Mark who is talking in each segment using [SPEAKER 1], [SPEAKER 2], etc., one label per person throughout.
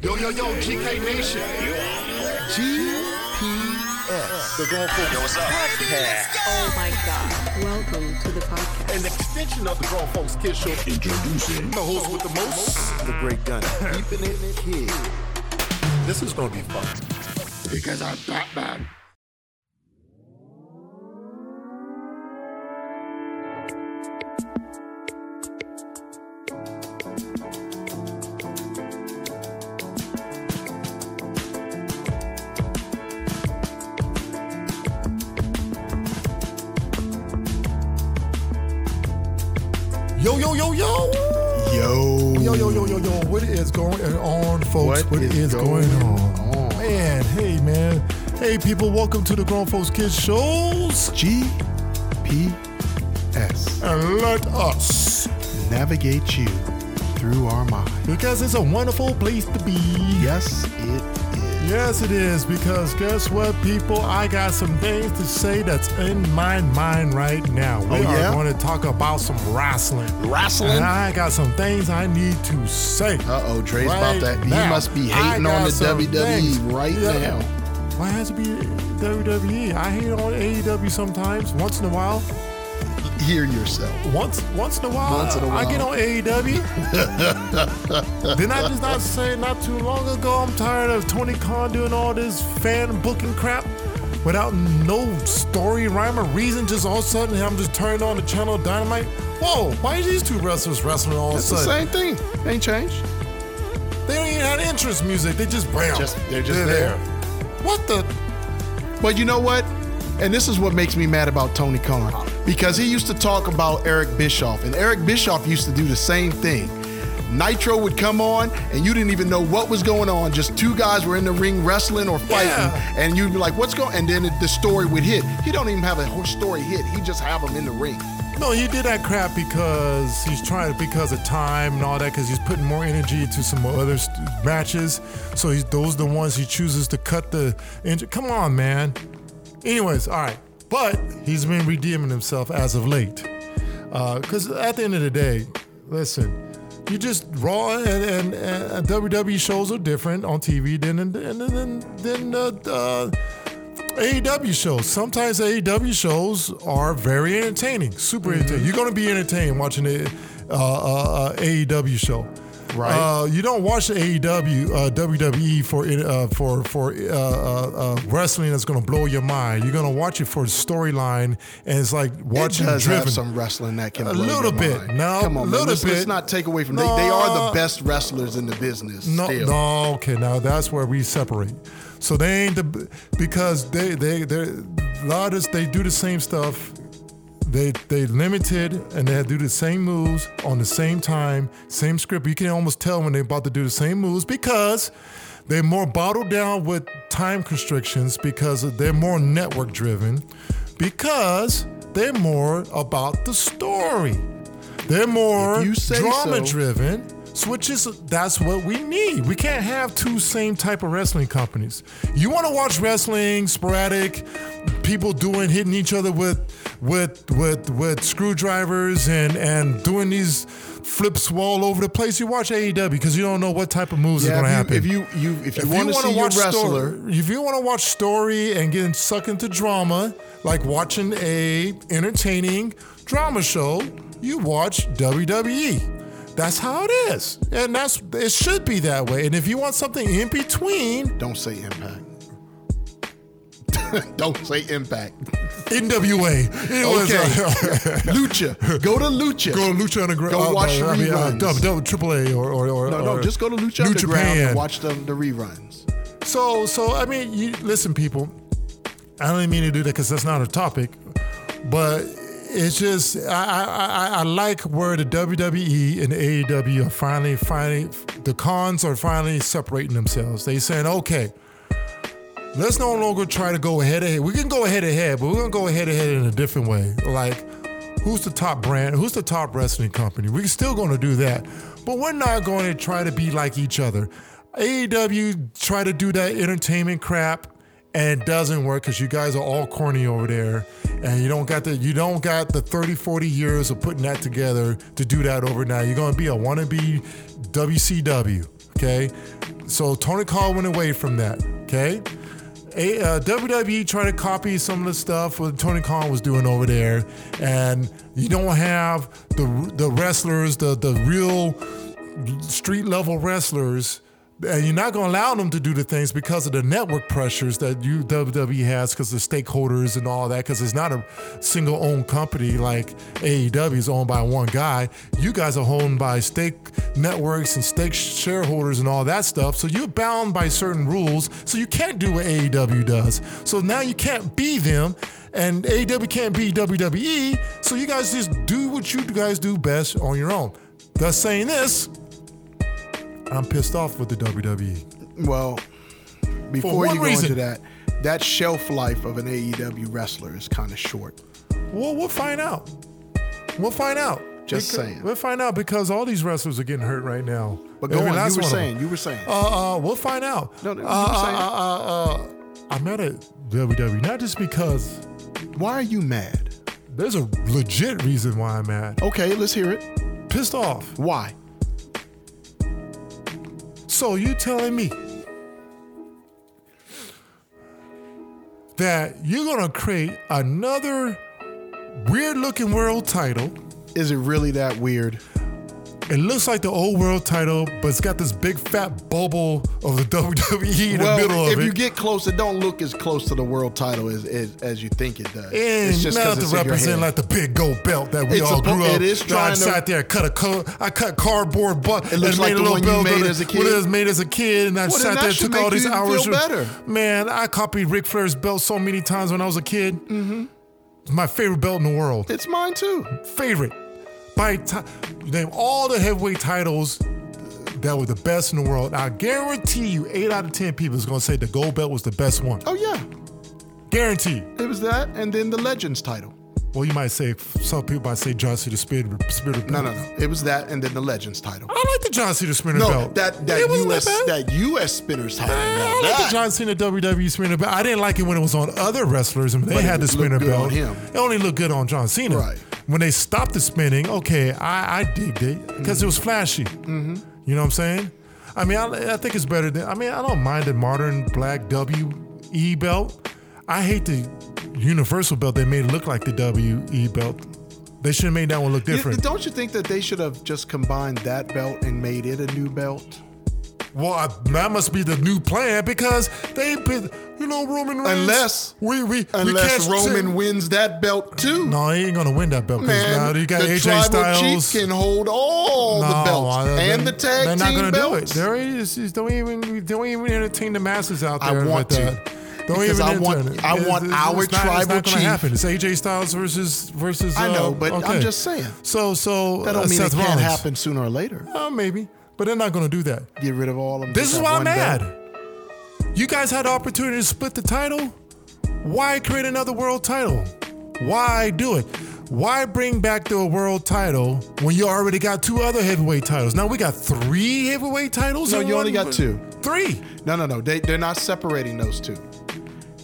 [SPEAKER 1] yo, yo, GK Nation.
[SPEAKER 2] GPS. The Grown Folks
[SPEAKER 3] Yo, what's up?
[SPEAKER 2] Podcast.
[SPEAKER 4] Oh my God. Welcome to the podcast.
[SPEAKER 1] An extension of the Grown Folks Kids Show. Introducing the host with the most.
[SPEAKER 2] The Great Gun. Keeping it here.
[SPEAKER 1] This is gonna be fun. Because I'm Batman. Yo, yo, yo, yo.
[SPEAKER 2] Yo.
[SPEAKER 1] Yo, yo, yo, yo, yo. What is going on, folks?
[SPEAKER 2] What
[SPEAKER 1] what
[SPEAKER 2] is
[SPEAKER 1] is, going,
[SPEAKER 2] going
[SPEAKER 1] on?
[SPEAKER 2] on?
[SPEAKER 1] Man, hey, man. Hey, people, welcome to the Grown Folks Kids Shows.
[SPEAKER 2] GPS.
[SPEAKER 1] And let us,
[SPEAKER 2] Navigate you through our mind.
[SPEAKER 1] because it's a wonderful place to be.
[SPEAKER 2] Yes, it is.
[SPEAKER 1] Yes, it is because guess what, people? I got some things to say that's in my mind right now. We
[SPEAKER 2] Oh, yeah?
[SPEAKER 1] are going to talk about some wrestling. And
[SPEAKER 2] Wrestling.
[SPEAKER 1] I got some things I need to say.
[SPEAKER 2] Uh oh, Dre's
[SPEAKER 1] Right
[SPEAKER 2] about that.
[SPEAKER 1] now.
[SPEAKER 2] He must be
[SPEAKER 1] I
[SPEAKER 2] hating on
[SPEAKER 1] got
[SPEAKER 2] the
[SPEAKER 1] some
[SPEAKER 2] WWE
[SPEAKER 1] things.
[SPEAKER 2] right
[SPEAKER 1] Yeah.
[SPEAKER 2] now.
[SPEAKER 1] Why has to be WWE? I hate on AEW sometimes, once in a while.
[SPEAKER 2] Hear yourself.
[SPEAKER 1] Once, once in a while,
[SPEAKER 2] Once in a
[SPEAKER 1] I
[SPEAKER 2] while.
[SPEAKER 1] get on AEW. then I just not say not too long ago. I'm tired of Tony Khan doing all this fan booking crap without no story, rhyme, or reason. Just all of a sudden, I'm just turning on the channel Dynamite. Whoa, why are these two wrestlers wrestling all
[SPEAKER 2] It's
[SPEAKER 1] of
[SPEAKER 2] the
[SPEAKER 1] a sudden?
[SPEAKER 2] same thing. Ain't changed.
[SPEAKER 1] They don't even have interest music. They just bam.
[SPEAKER 2] Just- they're just there.
[SPEAKER 1] What the?
[SPEAKER 2] But you know what? And this is what makes me mad about Tony Khan because he used to talk about Eric Bischoff, and Eric Bischoff used to do the same thing. Nitro would come on, and you didn't even know what was going on. Just two guys were in the ring wrestling or fighting,
[SPEAKER 1] Yeah.
[SPEAKER 2] and you'd be like, "What's going?" And then it, the story would hit. He don't even have a whole story hit. He just have them in the ring.
[SPEAKER 1] No, he did that crap because he's trying because of time and all that. Because he's putting more energy into some other st- matches. So he's those are the ones he chooses to cut the. Inj- Come on, man. Anyways, all right. But he's been redeeming himself as of late. Because at the end of the day, listen, you just Raw and, and, and uh, WWE E shows are different on TV than than than than uh, uh, AEW shows. Sometimes AEW shows are very entertaining, super
[SPEAKER 2] Mm-hmm.
[SPEAKER 1] entertaining. You're gonna be entertained watching the uh, uh, uh, AEW show.
[SPEAKER 2] Right.
[SPEAKER 1] Uh, you don't watch the AEW, uh, WWE for uh, for for uh, uh, uh, wrestling that's gonna blow your mind. You're gonna watch it for the storyline, and it's like watching
[SPEAKER 2] it does
[SPEAKER 1] Driven.
[SPEAKER 2] have some wrestling that can
[SPEAKER 1] A
[SPEAKER 2] blow your
[SPEAKER 1] little bit.
[SPEAKER 2] mind.
[SPEAKER 1] No,
[SPEAKER 2] come on, man.
[SPEAKER 1] little
[SPEAKER 2] Let's, let's
[SPEAKER 1] bit.
[SPEAKER 2] not take away from they, they are
[SPEAKER 1] No.
[SPEAKER 2] the best wrestlers in the business.
[SPEAKER 1] No,
[SPEAKER 2] still.
[SPEAKER 1] no, okay, now that's where we separate. So they ain't the because they they they a lot of they do the same stuff. They they limited and they do the same moves on the same time, same script. You can almost tell when they're about to do the same moves because they're more bottled down with time constrictions because they're more network driven because they're more about the story. They're more
[SPEAKER 2] If you say
[SPEAKER 1] drama
[SPEAKER 2] so.
[SPEAKER 1] driven driven. Switches, that's what we need. We can't have two same type of wrestling companies. You want to watch wrestling, sporadic, people doing hitting each other with with with with screwdrivers and and doing these flips all over the place. You watch AEW because you don't know what type of moves are going to
[SPEAKER 2] Yeah,
[SPEAKER 1] happen.
[SPEAKER 2] if you, if you you if you want to
[SPEAKER 1] wanna
[SPEAKER 2] see your wrestler,
[SPEAKER 1] story, if you want to watch story and getting sucked into drama, like watching a entertaining drama show, you watch WWE. That's how it is, and that's it should be that way. And if you want something in between,
[SPEAKER 2] Don't say impact. Don't say impact.
[SPEAKER 1] NWA, it was,
[SPEAKER 2] Okay.
[SPEAKER 1] uh,
[SPEAKER 2] Lucha. Go to Lucha.
[SPEAKER 1] go to Lucha Underground.
[SPEAKER 2] Go
[SPEAKER 1] uh,
[SPEAKER 2] watch
[SPEAKER 1] I mean, uh,
[SPEAKER 2] reruns.
[SPEAKER 1] dub- dub- AAA or or or
[SPEAKER 2] No, no,
[SPEAKER 1] or
[SPEAKER 2] just go to Lucha
[SPEAKER 1] New
[SPEAKER 2] Underground
[SPEAKER 1] Japan.
[SPEAKER 2] and watch the, the reruns.
[SPEAKER 1] So, so I mean, you, listen, people. I don't even mean to do that because that's not a topic, but it's just I, I, I, I like where the WWE and the AEW are finally finally the cons are finally separating themselves. They saying, okay, let's no longer try to go head to head. We can go head to head, but we're gonna go head to head in a different way. Like, who's the top brand? Who's the top wrestling company? We're still gonna do that, but we're not going to try to be like each other. AEW try to do that entertainment crap, and it doesn't work because you guys are all corny over there, and you don't got the you don't got the 30, 40 years of putting that together to do that overnight. You're gonna be a wannabe WCW. Okay, so Tony Khan went away from that. Okay, a, uh, WWE tried to copy some of the stuff what Tony Khan was doing over there, and you don't have the the wrestlers, the the real street level wrestlers, and you're not going to allow them to do the things because of the network pressures that you WWE has, because the stakeholders and all that. Because it's not a single owned company like AEW is owned by one guy. You guys are owned by stake networks and stake shareholders and all that stuff. So you're bound by certain rules. So you can't do what AEW does. So now you can't be them and AEW can't be WWE. So you guys just do what you guys do best on your own. Thus saying this, I'm pissed off with the E. WWE.
[SPEAKER 2] Well, before
[SPEAKER 1] one
[SPEAKER 2] you go
[SPEAKER 1] reason.
[SPEAKER 2] into that, that shelf life of an AEW wrestler is kind of short.
[SPEAKER 1] Well, we'll find out. We'll find out.
[SPEAKER 2] Just
[SPEAKER 1] Because-
[SPEAKER 2] saying.
[SPEAKER 1] We'll find out because all these wrestlers are getting hurt right now.
[SPEAKER 2] But go
[SPEAKER 1] Every
[SPEAKER 2] on.
[SPEAKER 1] last
[SPEAKER 2] You were
[SPEAKER 1] one of them.
[SPEAKER 2] saying. You were saying.
[SPEAKER 1] Uh, uh, we'll find out.
[SPEAKER 2] No, no, you
[SPEAKER 1] uh,
[SPEAKER 2] were saying.
[SPEAKER 1] uh, uh, uh, I'm mad at WWE not just because
[SPEAKER 2] Why are you mad?
[SPEAKER 1] there's a legit reason why I'm mad.
[SPEAKER 2] Okay, let's hear it.
[SPEAKER 1] Pissed off.
[SPEAKER 2] Why?
[SPEAKER 1] So you telling me that you're gonna create another weird looking world title?
[SPEAKER 2] Is it really that weird?
[SPEAKER 1] It looks like the old world title, but it's got this big fat bubble of the WWE in
[SPEAKER 2] well,
[SPEAKER 1] the middle of
[SPEAKER 2] if
[SPEAKER 1] it.
[SPEAKER 2] you get close, it don't look as close to the world title as as, as you think it does.
[SPEAKER 1] and
[SPEAKER 2] it's just
[SPEAKER 1] not
[SPEAKER 2] 'cause
[SPEAKER 1] to
[SPEAKER 2] it's in your
[SPEAKER 1] represent
[SPEAKER 2] head.
[SPEAKER 1] like the big gold belt that we
[SPEAKER 2] It's
[SPEAKER 1] all
[SPEAKER 2] suppo-
[SPEAKER 1] grew up.
[SPEAKER 2] it is
[SPEAKER 1] that I
[SPEAKER 2] trying to-
[SPEAKER 1] sat there, cut a co- I cut cardboard, but
[SPEAKER 2] It looks like the one you made as a kid.
[SPEAKER 1] What it was made as a kid, and I
[SPEAKER 2] Well, then
[SPEAKER 1] sat
[SPEAKER 2] that
[SPEAKER 1] there,
[SPEAKER 2] should
[SPEAKER 1] took all
[SPEAKER 2] make
[SPEAKER 1] these
[SPEAKER 2] you
[SPEAKER 1] hours.
[SPEAKER 2] feel better.
[SPEAKER 1] Man, I copied Ric Flair's belt so many times when I was a kid. Mm-hmm. My favorite belt in the world
[SPEAKER 2] it's mine too.
[SPEAKER 1] favorite by ti- name all the heavyweight titles that were the best in the world. I guarantee you, eight out of ten people is gonna say the gold belt was the best one.
[SPEAKER 2] Oh yeah,
[SPEAKER 1] Guarantee.
[SPEAKER 2] it was that, and then the Legends title.
[SPEAKER 1] Well, you might say some people might say John Cena Spirit. Spirit
[SPEAKER 2] No, no, no. It was that, and then the Legends title.
[SPEAKER 1] I like the John Cena Spinner
[SPEAKER 2] No,
[SPEAKER 1] belt.
[SPEAKER 2] that that
[SPEAKER 1] it wasn't
[SPEAKER 2] U.S.
[SPEAKER 1] that bad.
[SPEAKER 2] That, U.S. spinners title.
[SPEAKER 1] I
[SPEAKER 2] Now
[SPEAKER 1] like
[SPEAKER 2] that-
[SPEAKER 1] the John Cena WWE E Spinner belt. I didn't like it when it was on other wrestlers and they
[SPEAKER 2] But it
[SPEAKER 1] had the
[SPEAKER 2] looked
[SPEAKER 1] Spinner
[SPEAKER 2] good
[SPEAKER 1] belt.
[SPEAKER 2] on him.
[SPEAKER 1] It only looked good on John Cena.
[SPEAKER 2] Right.
[SPEAKER 1] When they stopped the spinning, okay, I, I digged it because it was flashy. Mm-hmm. You know what I'm saying? I mean, I, I think it's better than. I mean, I don't mind the modern black WE belt. I hate the Universal belt they made it look like the WE belt. They should have made that one look
[SPEAKER 2] You-
[SPEAKER 1] different.
[SPEAKER 2] don't you think that they should have just combined that belt and made it a new belt?
[SPEAKER 1] Well, I, that must be the new plan because they've been, you know, Roman Reigns.
[SPEAKER 2] Unless-
[SPEAKER 1] we we we
[SPEAKER 2] Unless
[SPEAKER 1] catch
[SPEAKER 2] Roman
[SPEAKER 1] T-
[SPEAKER 2] wins that belt too.
[SPEAKER 1] no, he ain't gonna win that belt. 'cause
[SPEAKER 2] Man,
[SPEAKER 1] now you got
[SPEAKER 2] the
[SPEAKER 1] AJ
[SPEAKER 2] tribal
[SPEAKER 1] Styles.
[SPEAKER 2] chief can hold all the belts
[SPEAKER 1] I- they-
[SPEAKER 2] and the tag
[SPEAKER 1] They're not
[SPEAKER 2] team
[SPEAKER 1] gonna
[SPEAKER 2] belts.
[SPEAKER 1] do it. There is, is- don't even don't even entertain the masses out
[SPEAKER 2] I
[SPEAKER 1] there.
[SPEAKER 2] want
[SPEAKER 1] with
[SPEAKER 2] to.
[SPEAKER 1] that. Don't
[SPEAKER 2] Because
[SPEAKER 1] even
[SPEAKER 2] I want-
[SPEAKER 1] entertain it.
[SPEAKER 2] I want our
[SPEAKER 1] not, it's
[SPEAKER 2] tribal
[SPEAKER 1] not gonna
[SPEAKER 2] chief-
[SPEAKER 1] Happen. It's AJ Styles versus versus.
[SPEAKER 2] I know,
[SPEAKER 1] uh,
[SPEAKER 2] but I'm
[SPEAKER 1] okay.
[SPEAKER 2] just saying.
[SPEAKER 1] So so
[SPEAKER 2] That don't
[SPEAKER 1] uh,
[SPEAKER 2] mean
[SPEAKER 1] Seth
[SPEAKER 2] it can't
[SPEAKER 1] Rollins.
[SPEAKER 2] happen sooner or later.
[SPEAKER 1] Uh, maybe, but they're not gonna do that.
[SPEAKER 2] Get rid of all of them.
[SPEAKER 1] This
[SPEAKER 2] just
[SPEAKER 1] is
[SPEAKER 2] have
[SPEAKER 1] why I'm
[SPEAKER 2] one belt.
[SPEAKER 1] mad. You guys had the opportunity to split the title. Why create another world title? Why do it? Why bring back the world title when you already got two other heavyweight titles? Now we got three heavyweight titles.
[SPEAKER 2] No,
[SPEAKER 1] in
[SPEAKER 2] you only
[SPEAKER 1] one-
[SPEAKER 2] got two.
[SPEAKER 1] Three.
[SPEAKER 2] No, no, no. They they're not separating those two.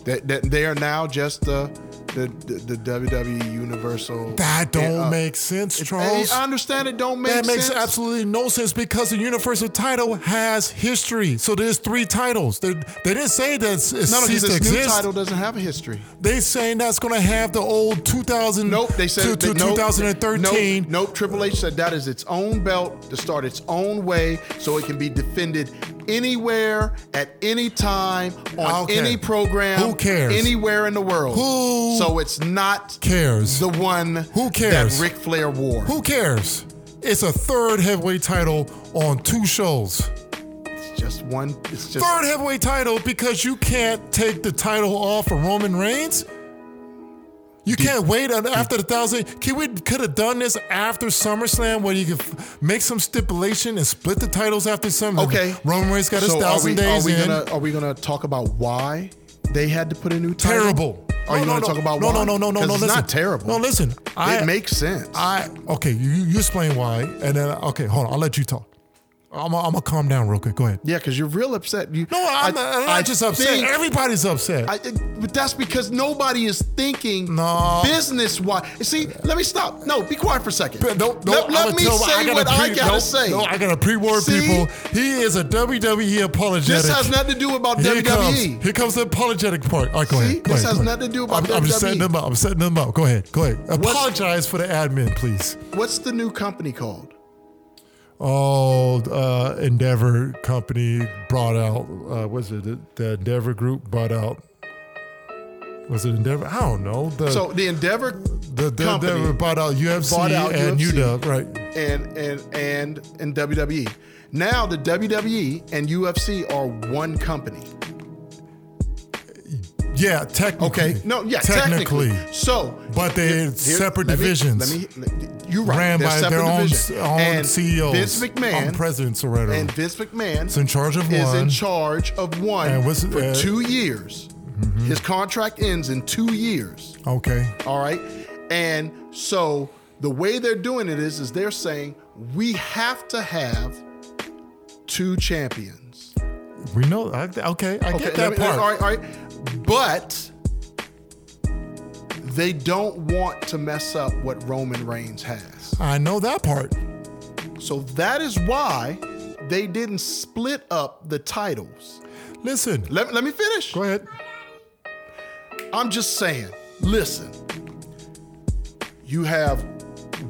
[SPEAKER 2] That they, they, are now just the the, the, the WWE Universal.
[SPEAKER 1] That don't
[SPEAKER 2] uh,
[SPEAKER 1] make sense,
[SPEAKER 2] Hey,
[SPEAKER 1] Charles.
[SPEAKER 2] I understand it don't make
[SPEAKER 1] that makes
[SPEAKER 2] sense.
[SPEAKER 1] absolutely no sense because the universal title has history. So there's three titles. They, they didn't say that it's, it's
[SPEAKER 2] no, no, because
[SPEAKER 1] ceased to
[SPEAKER 2] this new
[SPEAKER 1] exist.
[SPEAKER 2] title doesn't have a history.
[SPEAKER 1] They saying that's going to have the old 2000
[SPEAKER 2] Nope, they said
[SPEAKER 1] to,
[SPEAKER 2] that-
[SPEAKER 1] to
[SPEAKER 2] nope,
[SPEAKER 1] 2013
[SPEAKER 2] Nope, nope, Triple H said that is its own belt to start its own way, so it can be defended anywhere at any time on
[SPEAKER 1] Okay.
[SPEAKER 2] any program.
[SPEAKER 1] Who cares?
[SPEAKER 2] Anywhere in the world.
[SPEAKER 1] Who
[SPEAKER 2] So it's not
[SPEAKER 1] cares?
[SPEAKER 2] the one
[SPEAKER 1] Who cares?
[SPEAKER 2] that Ric Flair wore.
[SPEAKER 1] Who cares? It's a third heavyweight title on two shows.
[SPEAKER 2] It's just one. It's just
[SPEAKER 1] Third heavyweight title because you can't take the title off of Roman Reigns. You can't wait un- after the thousand. Can we could have done this after SummerSlam where you could f- make some stipulation and split the titles after some?
[SPEAKER 2] okay.
[SPEAKER 1] Roman Reigns got his
[SPEAKER 2] So
[SPEAKER 1] thousand
[SPEAKER 2] are we,
[SPEAKER 1] days
[SPEAKER 2] Are we
[SPEAKER 1] in.
[SPEAKER 2] gonna Are we gonna talk about why they had to put a new title?
[SPEAKER 1] terrible.
[SPEAKER 2] Are you
[SPEAKER 1] No,
[SPEAKER 2] gonna
[SPEAKER 1] no, no.
[SPEAKER 2] talk about
[SPEAKER 1] no,
[SPEAKER 2] why?
[SPEAKER 1] no, no, no, no,
[SPEAKER 2] 'Cause
[SPEAKER 1] no?
[SPEAKER 2] It's
[SPEAKER 1] listen.
[SPEAKER 2] not terrible.
[SPEAKER 1] No, listen. I
[SPEAKER 2] it makes sense.
[SPEAKER 1] I okay. You you explain why, and then okay. Hold on. I'll let you talk. I'm gonna I'm calm down real quick. Go ahead.
[SPEAKER 2] Yeah, because you're real upset. You,
[SPEAKER 1] No, I'm, not- I'm not just upset.
[SPEAKER 2] think-
[SPEAKER 1] Everybody's upset.
[SPEAKER 2] I, it- but that's because nobody is thinking
[SPEAKER 1] No.
[SPEAKER 2] business wise. See, let me stop. No, be quiet for a second.
[SPEAKER 1] But don't, don't,
[SPEAKER 2] let let
[SPEAKER 1] I'ma
[SPEAKER 2] me
[SPEAKER 1] tell-
[SPEAKER 2] say
[SPEAKER 1] gotta
[SPEAKER 2] what I
[SPEAKER 1] pre-
[SPEAKER 2] gotta
[SPEAKER 1] no,
[SPEAKER 2] say.
[SPEAKER 1] No, I gotta pre-warn
[SPEAKER 2] See?
[SPEAKER 1] people. He is a WWE apologetic.
[SPEAKER 2] This has nothing to do about E.
[SPEAKER 1] Here
[SPEAKER 2] WWE.
[SPEAKER 1] Comes, here comes the apologetic part. All right, go
[SPEAKER 2] See?
[SPEAKER 1] ahead. Go
[SPEAKER 2] This
[SPEAKER 1] ahead, go ahead.
[SPEAKER 2] has nothing to do about
[SPEAKER 1] I'm, I'm just setting
[SPEAKER 2] WWE.
[SPEAKER 1] them up. I'm setting them up. Go ahead. Go ahead. Apologize for the admin, please.
[SPEAKER 2] What's the new company called?
[SPEAKER 1] Oh, uh, Endeavor Company brought out. Uh, was it the, the Endeavor Group brought out? Was it Endeavor? I don't know. The,
[SPEAKER 2] So the Endeavor
[SPEAKER 1] the, the
[SPEAKER 2] company
[SPEAKER 1] Endeavor bought out UFC
[SPEAKER 2] bought out
[SPEAKER 1] and
[SPEAKER 2] UFC.
[SPEAKER 1] UW, right?
[SPEAKER 2] and and and and WWE. Now the WWE and UFC are one company.
[SPEAKER 1] Yeah, technically.
[SPEAKER 2] Okay. No, yeah, technically. So,
[SPEAKER 1] But they're separate
[SPEAKER 2] let me-
[SPEAKER 1] divisions.
[SPEAKER 2] Let me, let- you're right.
[SPEAKER 1] Ran
[SPEAKER 2] they're
[SPEAKER 1] by
[SPEAKER 2] separate
[SPEAKER 1] their own,
[SPEAKER 2] divisions.
[SPEAKER 1] s- own
[SPEAKER 2] and
[SPEAKER 1] CEOs.
[SPEAKER 2] Vince McMahon
[SPEAKER 1] um, presidents or whatever.
[SPEAKER 2] and Vince McMahon
[SPEAKER 1] It's in charge of
[SPEAKER 2] is in
[SPEAKER 1] one.
[SPEAKER 2] charge of one
[SPEAKER 1] And what's-
[SPEAKER 2] for
[SPEAKER 1] uh, Mm-hmm.
[SPEAKER 2] two years. His contract ends in two years.
[SPEAKER 1] okay.
[SPEAKER 2] All right. And so the way they're doing it is, is they're saying we have to have two champions.
[SPEAKER 1] We know. I, okay, I get that
[SPEAKER 2] let me-
[SPEAKER 1] part.
[SPEAKER 2] All right, all right. But they don't want to mess up what Roman Reigns has.
[SPEAKER 1] I know that part.
[SPEAKER 2] So that is why they didn't split up the titles.
[SPEAKER 1] Listen,
[SPEAKER 2] Let, let me finish.
[SPEAKER 1] go ahead.
[SPEAKER 2] I'm just saying, listen, you have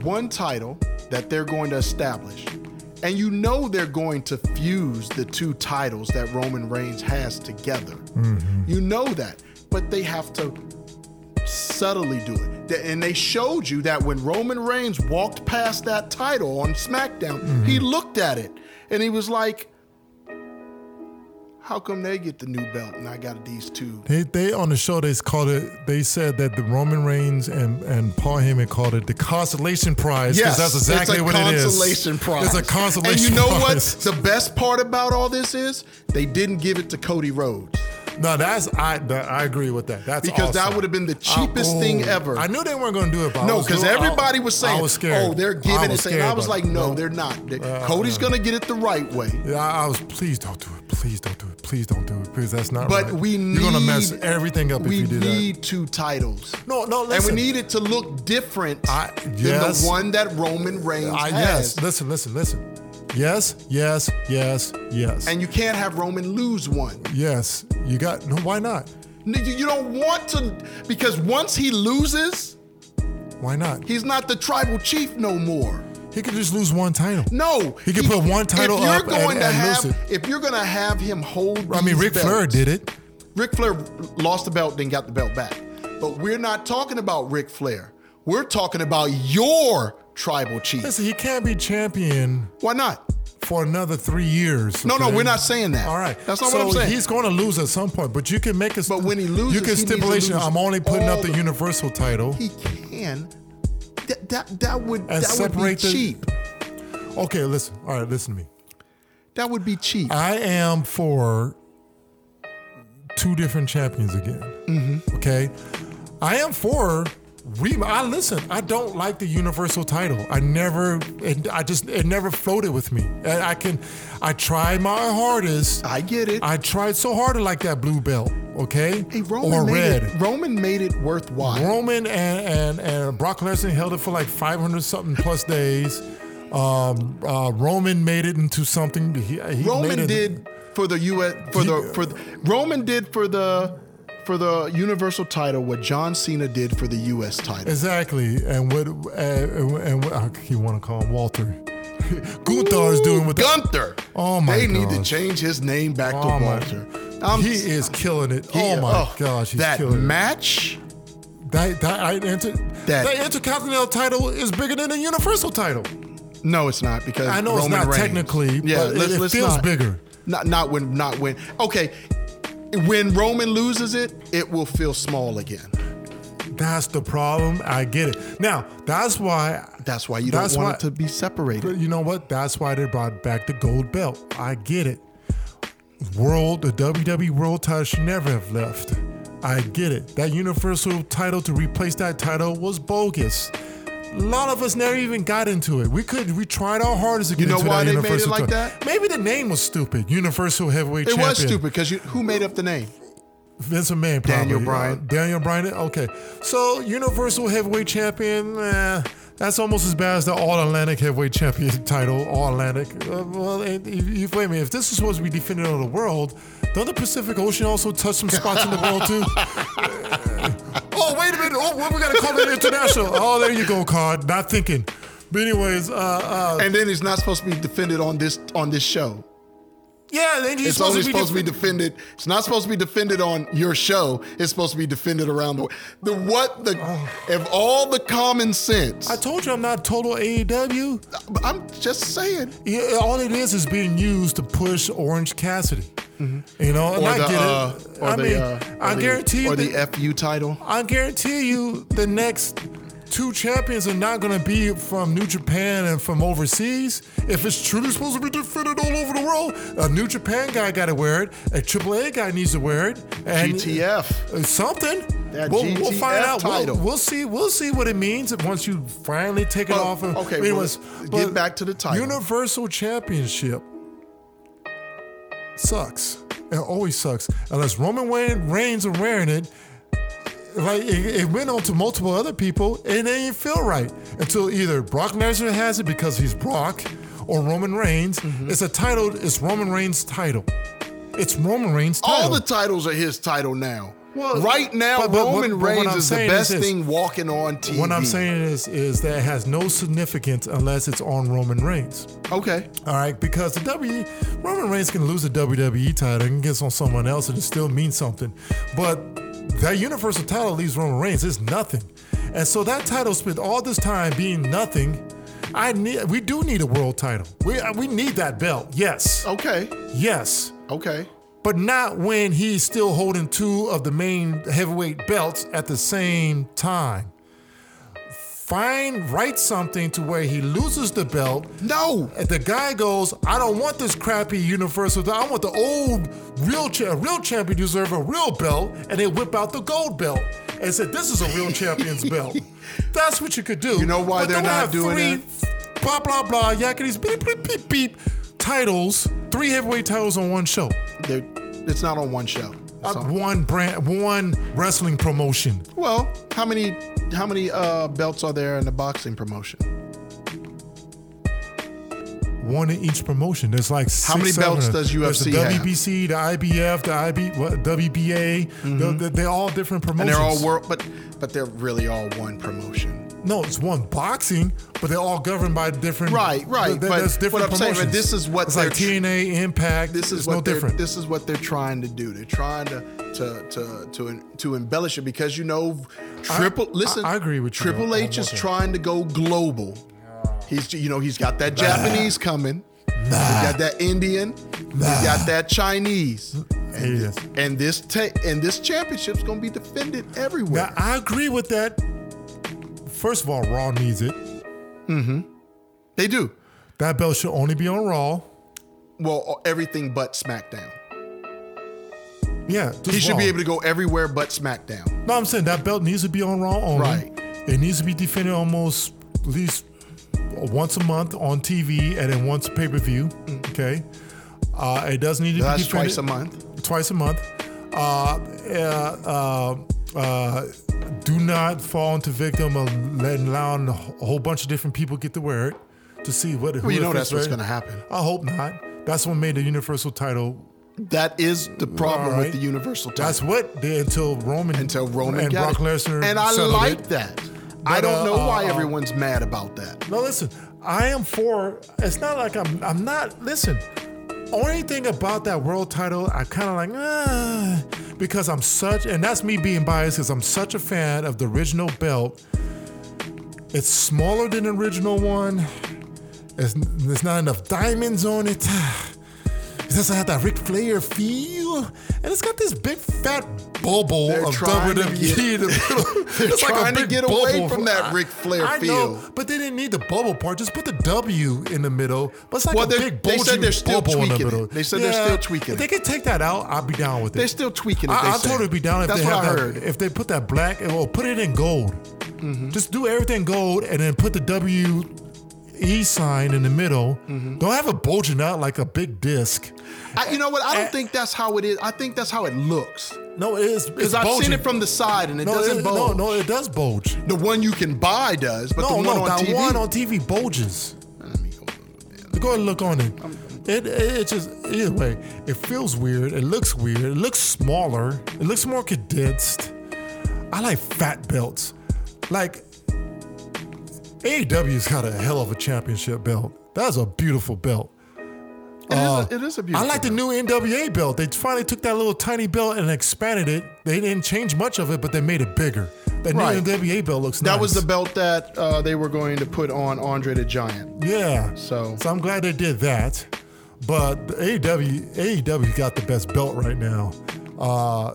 [SPEAKER 2] one title that they're going to establish, and you know they're going to fuse the two titles that Roman Reigns has together. You know that, but they have to subtly do it. Th- And they showed you that when Roman Reigns walked past that title on SmackDown, he looked at it and he was like, how come they get the new belt and I got these two
[SPEAKER 1] They, they on the show they called it. They said that the Roman Reigns and, and Paul Heyman called it the consolation prize. 'cause that's exactly
[SPEAKER 2] it's a
[SPEAKER 1] what it is.
[SPEAKER 2] consolation prize.
[SPEAKER 1] It's a consolation.
[SPEAKER 2] And you know
[SPEAKER 1] prize.
[SPEAKER 2] what? The best part about all this is they didn't give it to Cody Rhodes
[SPEAKER 1] No, that's I. That, I agree with that. That's
[SPEAKER 2] because that
[SPEAKER 1] awesome.
[SPEAKER 2] would have been the
[SPEAKER 1] I-
[SPEAKER 2] cheapest
[SPEAKER 1] oh,
[SPEAKER 2] thing ever.
[SPEAKER 1] I knew they weren't going to do it. But I
[SPEAKER 2] no,
[SPEAKER 1] was
[SPEAKER 2] because
[SPEAKER 1] a little- I-
[SPEAKER 2] everybody was saying,
[SPEAKER 1] I was scared.
[SPEAKER 2] "Oh, they're
[SPEAKER 1] I
[SPEAKER 2] giving
[SPEAKER 1] was
[SPEAKER 2] it." to-" And I
[SPEAKER 1] scared
[SPEAKER 2] was
[SPEAKER 1] about
[SPEAKER 2] like,
[SPEAKER 1] it. Uh,
[SPEAKER 2] "No, they're not. They- Cody's gonna get it the right way."
[SPEAKER 1] Yeah, I I was. Please don't do it. Please don't do it. Please don't do it. Because that's not.
[SPEAKER 2] But
[SPEAKER 1] right.
[SPEAKER 2] we need
[SPEAKER 1] You're gonna mess everything up if
[SPEAKER 2] we
[SPEAKER 1] you do
[SPEAKER 2] need two titles.
[SPEAKER 1] No, no,
[SPEAKER 2] and
[SPEAKER 1] listen.
[SPEAKER 2] we need it to look different
[SPEAKER 1] I-
[SPEAKER 2] than
[SPEAKER 1] yes.
[SPEAKER 2] the one that Roman Reigns
[SPEAKER 1] that. I,
[SPEAKER 2] has.
[SPEAKER 1] yes. Listen. Listen. Listen. Yes. Yes. Yes. Yes.
[SPEAKER 2] And you can't have Roman lose one.
[SPEAKER 1] yes. You got. No. Why not?
[SPEAKER 2] N- You you don't want to because once he loses,
[SPEAKER 1] Why not?
[SPEAKER 2] he's not the tribal chief no more.
[SPEAKER 1] He could just lose one title.
[SPEAKER 2] No,
[SPEAKER 1] He could put one title
[SPEAKER 2] if you're
[SPEAKER 1] up and-
[SPEAKER 2] going to
[SPEAKER 1] and
[SPEAKER 2] have,
[SPEAKER 1] lose
[SPEAKER 2] If you're going to have him hold,
[SPEAKER 1] I mean,
[SPEAKER 2] these
[SPEAKER 1] Ric Flair
[SPEAKER 2] belts-
[SPEAKER 1] did it.
[SPEAKER 2] Ric Flair lost the belt, then got the belt back. But we're not talking about Ric Flair. We're talking about your tribal chief.
[SPEAKER 1] Listen, he can't be champion
[SPEAKER 2] Why not?
[SPEAKER 1] for another three years.
[SPEAKER 2] No, no,
[SPEAKER 1] okay?
[SPEAKER 2] we're not saying that.
[SPEAKER 1] All right,
[SPEAKER 2] that's not
[SPEAKER 1] So
[SPEAKER 2] what I'm saying.
[SPEAKER 1] He's going to lose at some point, but you can make a.
[SPEAKER 2] But when he loses,
[SPEAKER 1] you
[SPEAKER 2] he
[SPEAKER 1] can
[SPEAKER 2] needs to
[SPEAKER 1] stipulation.
[SPEAKER 2] lose
[SPEAKER 1] I'm only putting
[SPEAKER 2] all
[SPEAKER 1] up the,
[SPEAKER 2] the-
[SPEAKER 1] universal title.
[SPEAKER 2] he can. That that that would
[SPEAKER 1] And
[SPEAKER 2] that would be
[SPEAKER 1] separate the-
[SPEAKER 2] cheap.
[SPEAKER 1] okay, listen. All right, listen to me.
[SPEAKER 2] That would be cheap.
[SPEAKER 1] I am for two different champions again. Mm-hmm. Okay, I am for. Re- I listen. I don't like the universal title. I never. It, I just. It never floated with me. I, I can. I tried my hardest.
[SPEAKER 2] I get it.
[SPEAKER 1] I tried so hard to like that blue belt. Okay,
[SPEAKER 2] Hey, Roman
[SPEAKER 1] or
[SPEAKER 2] made
[SPEAKER 1] red.
[SPEAKER 2] It, Roman made it worthwhile.
[SPEAKER 1] Roman and, and and Brock Lesnar held it for like 500 something plus days. Um, uh, Roman made it into something. He, he made
[SPEAKER 2] Roman
[SPEAKER 1] it-
[SPEAKER 2] did for the U.S. for the for the, Roman did for the for the Universal title what John Cena did for the U.S. title.
[SPEAKER 1] exactly, and what uh, and what I keep want to call him Walter. Gunther is doing with the-
[SPEAKER 2] Gunther.
[SPEAKER 1] Oh my
[SPEAKER 2] They need to
[SPEAKER 1] gosh.
[SPEAKER 2] change his name back
[SPEAKER 1] Oh
[SPEAKER 2] to
[SPEAKER 1] my-
[SPEAKER 2] Walter.
[SPEAKER 1] he is killing it.
[SPEAKER 2] he-
[SPEAKER 1] oh my
[SPEAKER 2] oh,
[SPEAKER 1] gosh, he's
[SPEAKER 2] that
[SPEAKER 1] killing
[SPEAKER 2] match.
[SPEAKER 1] it. That, that, I, inter,
[SPEAKER 2] That-
[SPEAKER 1] that intercontinental title is bigger than the universal title.
[SPEAKER 2] No, it's not because
[SPEAKER 1] I know
[SPEAKER 2] Roman
[SPEAKER 1] it's not
[SPEAKER 2] Reigns.
[SPEAKER 1] technically,
[SPEAKER 2] Yeah,
[SPEAKER 1] but
[SPEAKER 2] let's-
[SPEAKER 1] it, it
[SPEAKER 2] let's
[SPEAKER 1] feels
[SPEAKER 2] not.
[SPEAKER 1] bigger.
[SPEAKER 2] Not not when not when. Okay, when Roman loses it, it will feel small again.
[SPEAKER 1] That's the problem. I get it. Now that's why
[SPEAKER 2] That's why you don't
[SPEAKER 1] That's
[SPEAKER 2] want
[SPEAKER 1] why-
[SPEAKER 2] it to be separated.
[SPEAKER 1] But you know what? That's why they brought back the gold belt. I get it. World, the WWE World title should never have left. I get it. That Universal title to replace that title was bogus. A lot of us never even got into it. We could. We tried our hardest to get
[SPEAKER 2] know
[SPEAKER 1] into
[SPEAKER 2] why
[SPEAKER 1] that
[SPEAKER 2] they made it
[SPEAKER 1] universal
[SPEAKER 2] like
[SPEAKER 1] title.
[SPEAKER 2] that?
[SPEAKER 1] Maybe the name was stupid. Universal Heavyweight
[SPEAKER 2] It
[SPEAKER 1] Champion.
[SPEAKER 2] was stupid because who made up the name?
[SPEAKER 1] Vince McMahon, probably.
[SPEAKER 2] Daniel Bryan.
[SPEAKER 1] Uh, Daniel Bryan. Okay. So Universal Heavyweight Champion. Eh, that's almost as bad as the All Atlantic Heavyweight Champion title. All Atlantic. Uh, well, and you, you, wait a minute. If this is supposed to be defended on the world, don't the Pacific Ocean also touch some spots in the world too? oh, wait a minute. Oh, what we gotta call it international? Oh, there you go, Card. Not thinking. But anyways, uh, uh,
[SPEAKER 2] And then it's not supposed to be defended on this on this show.
[SPEAKER 1] yeah, then you're
[SPEAKER 2] It's
[SPEAKER 1] supposed
[SPEAKER 2] only
[SPEAKER 1] to be.
[SPEAKER 2] supposed to be
[SPEAKER 1] defen-
[SPEAKER 2] defended. It's not supposed to be defended on your show. It's supposed to be defended around the the what the if all the common sense.
[SPEAKER 1] I told you I'm not total E AEW.
[SPEAKER 2] I'm just saying.
[SPEAKER 1] Yeah, all it is is being used to push Orange Cassidy. You know, and I
[SPEAKER 2] the,
[SPEAKER 1] get it.
[SPEAKER 2] uh, Mm-hmm. or
[SPEAKER 1] I
[SPEAKER 2] the,
[SPEAKER 1] mean,
[SPEAKER 2] uh,
[SPEAKER 1] I
[SPEAKER 2] or the-
[SPEAKER 1] guarantee you,
[SPEAKER 2] or
[SPEAKER 1] the,
[SPEAKER 2] the FU title.
[SPEAKER 1] I guarantee you, the next two champions are not going to be from New Japan and from overseas. If it's truly supposed to be defended all over the world, a New Japan guy got to wear it, a AAA guy needs to wear it, and
[SPEAKER 2] GTF.
[SPEAKER 1] uh, something.
[SPEAKER 2] That
[SPEAKER 1] we'll, we'll
[SPEAKER 2] GTF
[SPEAKER 1] find out. We'll-
[SPEAKER 2] title.
[SPEAKER 1] We'll, see. We'll see what it means once you finally take it
[SPEAKER 2] Well,
[SPEAKER 1] off. of-
[SPEAKER 2] Oh, okay,
[SPEAKER 1] I mean, it
[SPEAKER 2] well,
[SPEAKER 1] was-
[SPEAKER 2] get
[SPEAKER 1] but
[SPEAKER 2] back to the title.
[SPEAKER 1] Universal Championship sucks. It always sucks unless Roman Reign- Reigns are wearing it. Like it, it went on to multiple other people, and they didn't feel right until either Brock Lesnar has it because he's Brock, or Roman Reigns.
[SPEAKER 2] Mm-hmm.
[SPEAKER 1] It's a title. It's Roman Reigns' title. It's Roman Reigns' title.
[SPEAKER 2] All the titles are his title now.
[SPEAKER 1] Well,
[SPEAKER 2] right now,
[SPEAKER 1] but- but what-
[SPEAKER 2] Roman
[SPEAKER 1] but what
[SPEAKER 2] Reigns
[SPEAKER 1] I'm
[SPEAKER 2] is the
[SPEAKER 1] saying is
[SPEAKER 2] best
[SPEAKER 1] this.
[SPEAKER 2] thing walking on TV.
[SPEAKER 1] What I'm saying is, is that it has no significance unless it's on Roman Reigns.
[SPEAKER 2] Okay.
[SPEAKER 1] All right, because the W Roman Reigns can lose the WWE title and gets on someone else, and it still means something. But that Universal title leaves Roman Reigns. It's nothing, and so that title spent all this time being nothing. I need. We do need a world title. We we need that belt. Yes,
[SPEAKER 2] Okay.
[SPEAKER 1] yes,
[SPEAKER 2] Okay.
[SPEAKER 1] but not when he's still holding two of the main heavyweight belts at the same time. Find write something to where he loses the belt
[SPEAKER 2] No.
[SPEAKER 1] if the guy goes, I don't want this crappy universal. th- I want the old real cha- a real champion deserve a real belt, and they whip out the gold belt and said, "This is a real champion's belt." That's what you could do.
[SPEAKER 2] You know why
[SPEAKER 1] But
[SPEAKER 2] they're
[SPEAKER 1] don't
[SPEAKER 2] not
[SPEAKER 1] have
[SPEAKER 2] doing
[SPEAKER 1] three
[SPEAKER 2] that?
[SPEAKER 1] f- Blah blah blah. Yakities beep beep beep beep. Titles, three heavyweight titles on one show,
[SPEAKER 2] They're- It's not on one show.
[SPEAKER 1] Uh,
[SPEAKER 2] It's on-
[SPEAKER 1] one brand, one wrestling promotion.
[SPEAKER 2] Well, how many how many uh, belts are there in the boxing promotion?
[SPEAKER 1] one in each promotion. There's like six,
[SPEAKER 2] How many
[SPEAKER 1] seven
[SPEAKER 2] belts
[SPEAKER 1] of them.
[SPEAKER 2] does
[SPEAKER 1] There's the
[SPEAKER 2] UFC have?
[SPEAKER 1] WBC, the IBF, the IB, what, WBA. They're- They're, they're all different
[SPEAKER 2] Mm-hmm. And
[SPEAKER 1] promotions.
[SPEAKER 2] they're all world, but but they're really all one promotion.
[SPEAKER 1] no, it's one boxing, but they're all governed by different.
[SPEAKER 2] Right, right,
[SPEAKER 1] th- th-
[SPEAKER 2] but
[SPEAKER 1] there's different
[SPEAKER 2] what I'm saying, but
[SPEAKER 1] promotions.
[SPEAKER 2] this is what
[SPEAKER 1] it's like
[SPEAKER 2] they're tr-
[SPEAKER 1] TNA Impact.
[SPEAKER 2] This is
[SPEAKER 1] it's
[SPEAKER 2] what
[SPEAKER 1] no
[SPEAKER 2] they're
[SPEAKER 1] different.
[SPEAKER 2] this is what they're trying to do. They're trying to to to to, to embellish it because you know triple. listen,
[SPEAKER 1] I agree with you
[SPEAKER 2] Triple
[SPEAKER 1] on-
[SPEAKER 2] H
[SPEAKER 1] on
[SPEAKER 2] is
[SPEAKER 1] that.
[SPEAKER 2] trying to go global. He's you know he's got that Japanese coming. He's got that Indian. He's got that Chinese.
[SPEAKER 1] He is.
[SPEAKER 2] And this ta- and this championship's gonna be defended everywhere.
[SPEAKER 1] Now I agree with that. First of all, Raw needs it.
[SPEAKER 2] They do.
[SPEAKER 1] That belt should only be on Raw.
[SPEAKER 2] Well, everything but SmackDown.
[SPEAKER 1] Yeah, just
[SPEAKER 2] He should be
[SPEAKER 1] Raw.
[SPEAKER 2] able to go everywhere but SmackDown.
[SPEAKER 1] No, I'm saying that belt needs to be on Raw only.
[SPEAKER 2] Right.
[SPEAKER 1] It needs to be defended almost at least once a month on TV and then once pay per view. Okay. Uh, it does need to be
[SPEAKER 2] Mm. That's
[SPEAKER 1] defended
[SPEAKER 2] twice a month.
[SPEAKER 1] Twice a month. Uh, uh, uh, uh, do not fall into victim of letting allowing a wh- whole bunch of different people get to wear it to see what.
[SPEAKER 2] Well, you know that's what's gonna happen.
[SPEAKER 1] I hope not. That's what made the universal title
[SPEAKER 2] That is the problem
[SPEAKER 1] All right.
[SPEAKER 2] with the Universal title.
[SPEAKER 1] That's what did until Roman
[SPEAKER 2] until Roman
[SPEAKER 1] and
[SPEAKER 2] got
[SPEAKER 1] Brock
[SPEAKER 2] it.
[SPEAKER 1] Lesnar
[SPEAKER 2] And I
[SPEAKER 1] settled
[SPEAKER 2] like
[SPEAKER 1] it.
[SPEAKER 2] that.
[SPEAKER 1] But,
[SPEAKER 2] I don't
[SPEAKER 1] uh,
[SPEAKER 2] know why
[SPEAKER 1] uh, uh,
[SPEAKER 2] everyone's mad about that.
[SPEAKER 1] No, listen. I am for. It's not like I'm. I'm not. Listen. Only thing about that world title, I kind of like ah, because I'm such, and that's me being biased because I'm such a fan of the original belt. It's smaller than the original one. It's, there's not enough diamonds on it. It doesn't have that Ric Flair feel, and it's got this big fat bubble
[SPEAKER 2] They're
[SPEAKER 1] of
[SPEAKER 2] trying to
[SPEAKER 1] WWE.
[SPEAKER 2] get-
[SPEAKER 1] in the middle. it's
[SPEAKER 2] trying to
[SPEAKER 1] big
[SPEAKER 2] get away
[SPEAKER 1] bubble.
[SPEAKER 2] from that Ric Flair
[SPEAKER 1] I
[SPEAKER 2] feel.
[SPEAKER 1] Know, but they didn't need the bubble part. Just put the W in the middle. But it's like
[SPEAKER 2] Well,
[SPEAKER 1] a
[SPEAKER 2] they're-
[SPEAKER 1] big
[SPEAKER 2] they
[SPEAKER 1] bulging
[SPEAKER 2] said they're still
[SPEAKER 1] bubble in the
[SPEAKER 2] tweaking it.
[SPEAKER 1] middle.
[SPEAKER 2] They said they're still tweaking
[SPEAKER 1] If they
[SPEAKER 2] it.
[SPEAKER 1] could take that out, I'd be down with it.
[SPEAKER 2] They're still tweaking it.
[SPEAKER 1] I,
[SPEAKER 2] they
[SPEAKER 1] I'll
[SPEAKER 2] say.
[SPEAKER 1] totally be down if
[SPEAKER 2] That's
[SPEAKER 1] they
[SPEAKER 2] what
[SPEAKER 1] have
[SPEAKER 2] I
[SPEAKER 1] that-
[SPEAKER 2] heard.
[SPEAKER 1] If they put that black, well, put it in gold.
[SPEAKER 2] Mm-hmm.
[SPEAKER 1] Just do everything gold and then put the W E sign in the middle.
[SPEAKER 2] Mm-hmm.
[SPEAKER 1] Don't have it bulging out like a big disc.
[SPEAKER 2] I, you know what? I don't think that's how it is. I think that's how it looks.
[SPEAKER 1] No, it is.
[SPEAKER 2] Because I've seen it from the side and it
[SPEAKER 1] no,
[SPEAKER 2] doesn't
[SPEAKER 1] it-
[SPEAKER 2] bulge.
[SPEAKER 1] No, no, it does bulge.
[SPEAKER 2] The one you can buy does, but the
[SPEAKER 1] no,
[SPEAKER 2] one
[SPEAKER 1] no,
[SPEAKER 2] on
[SPEAKER 1] that
[SPEAKER 2] TV.
[SPEAKER 1] one on TV bulges. Go and look on it. It, it, it just either way, it feels weird. It looks weird. It looks smaller. It looks more condensed. I like fat belts. Like AEW's got a hell of a championship belt. That's a beautiful belt. Uh,
[SPEAKER 2] It is a- it is a beautiful.
[SPEAKER 1] Oh. I like the new NWA belt. They finally took that little tiny belt and expanded it. They didn't change much of it, but they made it bigger. That
[SPEAKER 2] Right.
[SPEAKER 1] new NWA belt looks nice.
[SPEAKER 2] That was the belt that uh, they were going to put on Andre the Giant.
[SPEAKER 1] Yeah.
[SPEAKER 2] So-
[SPEAKER 1] I'm glad they did that. But the E AEW AEW got the best belt right now. Uh,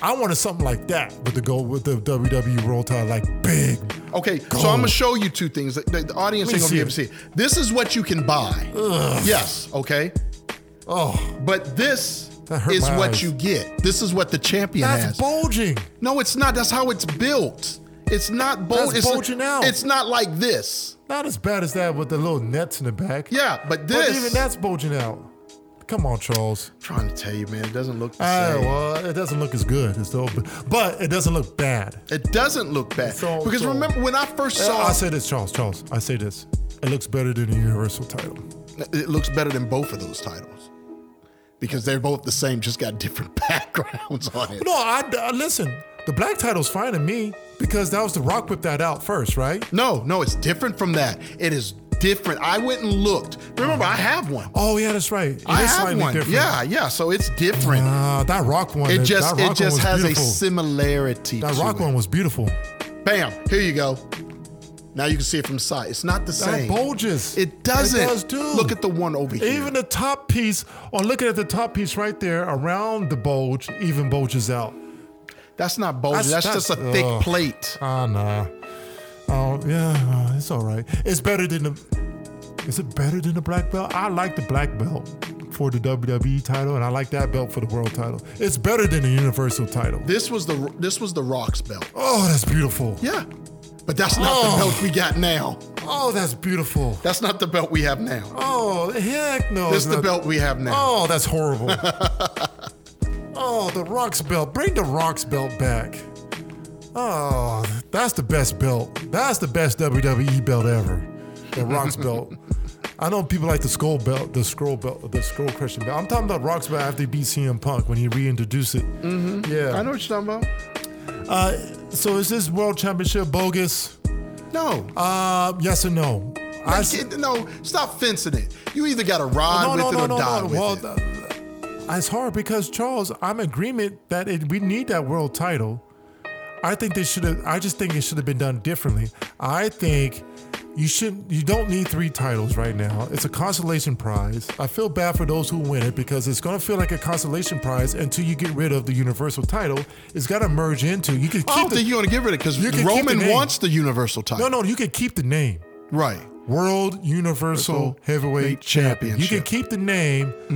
[SPEAKER 1] I wanted something like that, but to go with the WWE World Title, like big.
[SPEAKER 2] Okay,
[SPEAKER 1] Gold.
[SPEAKER 2] so I'm gonna show you two things. that The, the audience
[SPEAKER 1] Let me
[SPEAKER 2] ain't gonna be able to
[SPEAKER 1] see
[SPEAKER 2] see. it. This is what you can buy. Yes. Okay.
[SPEAKER 1] Oh,
[SPEAKER 2] But this
[SPEAKER 1] That hurt
[SPEAKER 2] is
[SPEAKER 1] my
[SPEAKER 2] what
[SPEAKER 1] eyes.
[SPEAKER 2] you get. This is what the champion
[SPEAKER 1] that's
[SPEAKER 2] has.
[SPEAKER 1] bulging.
[SPEAKER 2] no, it's not. That's how it's built. It's not bold.
[SPEAKER 1] That's
[SPEAKER 2] It's,
[SPEAKER 1] bulging out.
[SPEAKER 2] it's not like this.
[SPEAKER 1] Not as bad as that with the little nets in the back.
[SPEAKER 2] Yeah, but
[SPEAKER 1] But
[SPEAKER 2] this.
[SPEAKER 1] even that's bulging out. Come on, Charles.
[SPEAKER 2] trying to tell you, man, it doesn't look the
[SPEAKER 1] Ah,
[SPEAKER 2] same.
[SPEAKER 1] well, it doesn't look as good as the old, but it doesn't look bad.
[SPEAKER 2] It doesn't look bad.
[SPEAKER 1] It's all
[SPEAKER 2] because
[SPEAKER 1] gold.
[SPEAKER 2] remember when I first saw
[SPEAKER 1] I say this, Charles. Charles, I say this. It looks better than the Universal title.
[SPEAKER 2] it looks better than both of those titles. Because they're both the same, just got different backgrounds on it.
[SPEAKER 1] No, I, I- listen. The black title's fine to me because that was the Rock whipped that out first, right?
[SPEAKER 2] No, no, it's different from that. It is different. I went and looked. Remember, I have one.
[SPEAKER 1] Oh yeah, that's right. It
[SPEAKER 2] I
[SPEAKER 1] is
[SPEAKER 2] have
[SPEAKER 1] slightly
[SPEAKER 2] one.
[SPEAKER 1] different.
[SPEAKER 2] Yeah, yeah. So it's different.
[SPEAKER 1] Nah, that Rock one.
[SPEAKER 2] it
[SPEAKER 1] that-
[SPEAKER 2] just
[SPEAKER 1] that rock
[SPEAKER 2] it just
[SPEAKER 1] one was
[SPEAKER 2] has
[SPEAKER 1] beautiful.
[SPEAKER 2] a similarity.
[SPEAKER 1] That
[SPEAKER 2] to
[SPEAKER 1] Rock
[SPEAKER 2] it.
[SPEAKER 1] one was beautiful.
[SPEAKER 2] Bam. Here you go. Now you can see it from the side. It's not the
[SPEAKER 1] That
[SPEAKER 2] same.
[SPEAKER 1] bulges.
[SPEAKER 2] It doesn't.
[SPEAKER 1] It does too.
[SPEAKER 2] Look at the one over here.
[SPEAKER 1] Even the top piece. On looking at the top piece right there around the bulge, even bulges out.
[SPEAKER 2] that's not bulging. That's,
[SPEAKER 1] That's-
[SPEAKER 2] just a
[SPEAKER 1] that's-
[SPEAKER 2] thick
[SPEAKER 1] ugh.
[SPEAKER 2] plate.
[SPEAKER 1] Ah nah. Oh yeah, uh, it's all right. It's better than the. Is it better than the black belt? I like the black belt for the WWE title, and I like that belt for the world title. It's better than the Universal title.
[SPEAKER 2] This was the this was the Rock's belt.
[SPEAKER 1] Oh, that's beautiful.
[SPEAKER 2] Yeah, but that's not
[SPEAKER 1] Oh.
[SPEAKER 2] the belt we got now.
[SPEAKER 1] Oh, that's beautiful.
[SPEAKER 2] That's not the belt we have now.
[SPEAKER 1] Oh heck no.
[SPEAKER 2] this
[SPEAKER 1] it's
[SPEAKER 2] is the
[SPEAKER 1] not-
[SPEAKER 2] belt we have now.
[SPEAKER 1] Oh, that's horrible. oh, the Rock's belt. Bring the Rock's belt back. Oh, that's the best belt. That's the best WWE belt ever. The Rock's belt. I know people like the scroll belt, the scroll belt, the scroll Christian belt. I'm talking about Rock's belt after he beat CM Punk when he reintroduced it. Mm-hmm. Yeah.
[SPEAKER 2] I know what you're talking
[SPEAKER 1] Uh, so is this World Championship bogus?
[SPEAKER 2] about. No,
[SPEAKER 1] Uh, yes or no? I
[SPEAKER 2] Like,
[SPEAKER 1] s-
[SPEAKER 2] it- no, stop fencing it. You either got to ride
[SPEAKER 1] no,
[SPEAKER 2] with
[SPEAKER 1] no,
[SPEAKER 2] it
[SPEAKER 1] no,
[SPEAKER 2] or
[SPEAKER 1] no,
[SPEAKER 2] die
[SPEAKER 1] no.
[SPEAKER 2] with
[SPEAKER 1] well,
[SPEAKER 2] it.
[SPEAKER 1] th- it's hard because Charles, I'm in agreement that it, we need that world title. I think they should have. I just think it should have been done differently. I think you should. You don't need three titles right now. It's a consolation prize. I feel bad for those who win it because it's gonna feel like a consolation prize until you get rid of the universal title. It's gotta merge into. You can keep
[SPEAKER 2] I don't
[SPEAKER 1] the.
[SPEAKER 2] think you're going to get rid of it
[SPEAKER 1] You can
[SPEAKER 2] because
[SPEAKER 1] keep
[SPEAKER 2] Roman
[SPEAKER 1] the name.
[SPEAKER 2] wants the universal title.
[SPEAKER 1] no, no, you can keep the name.
[SPEAKER 2] Right.
[SPEAKER 1] World Universal
[SPEAKER 2] Universal
[SPEAKER 1] Heavyweight
[SPEAKER 2] Heavyweight
[SPEAKER 1] Champion. You can
[SPEAKER 2] Championship. Mm-hmm.
[SPEAKER 1] keep the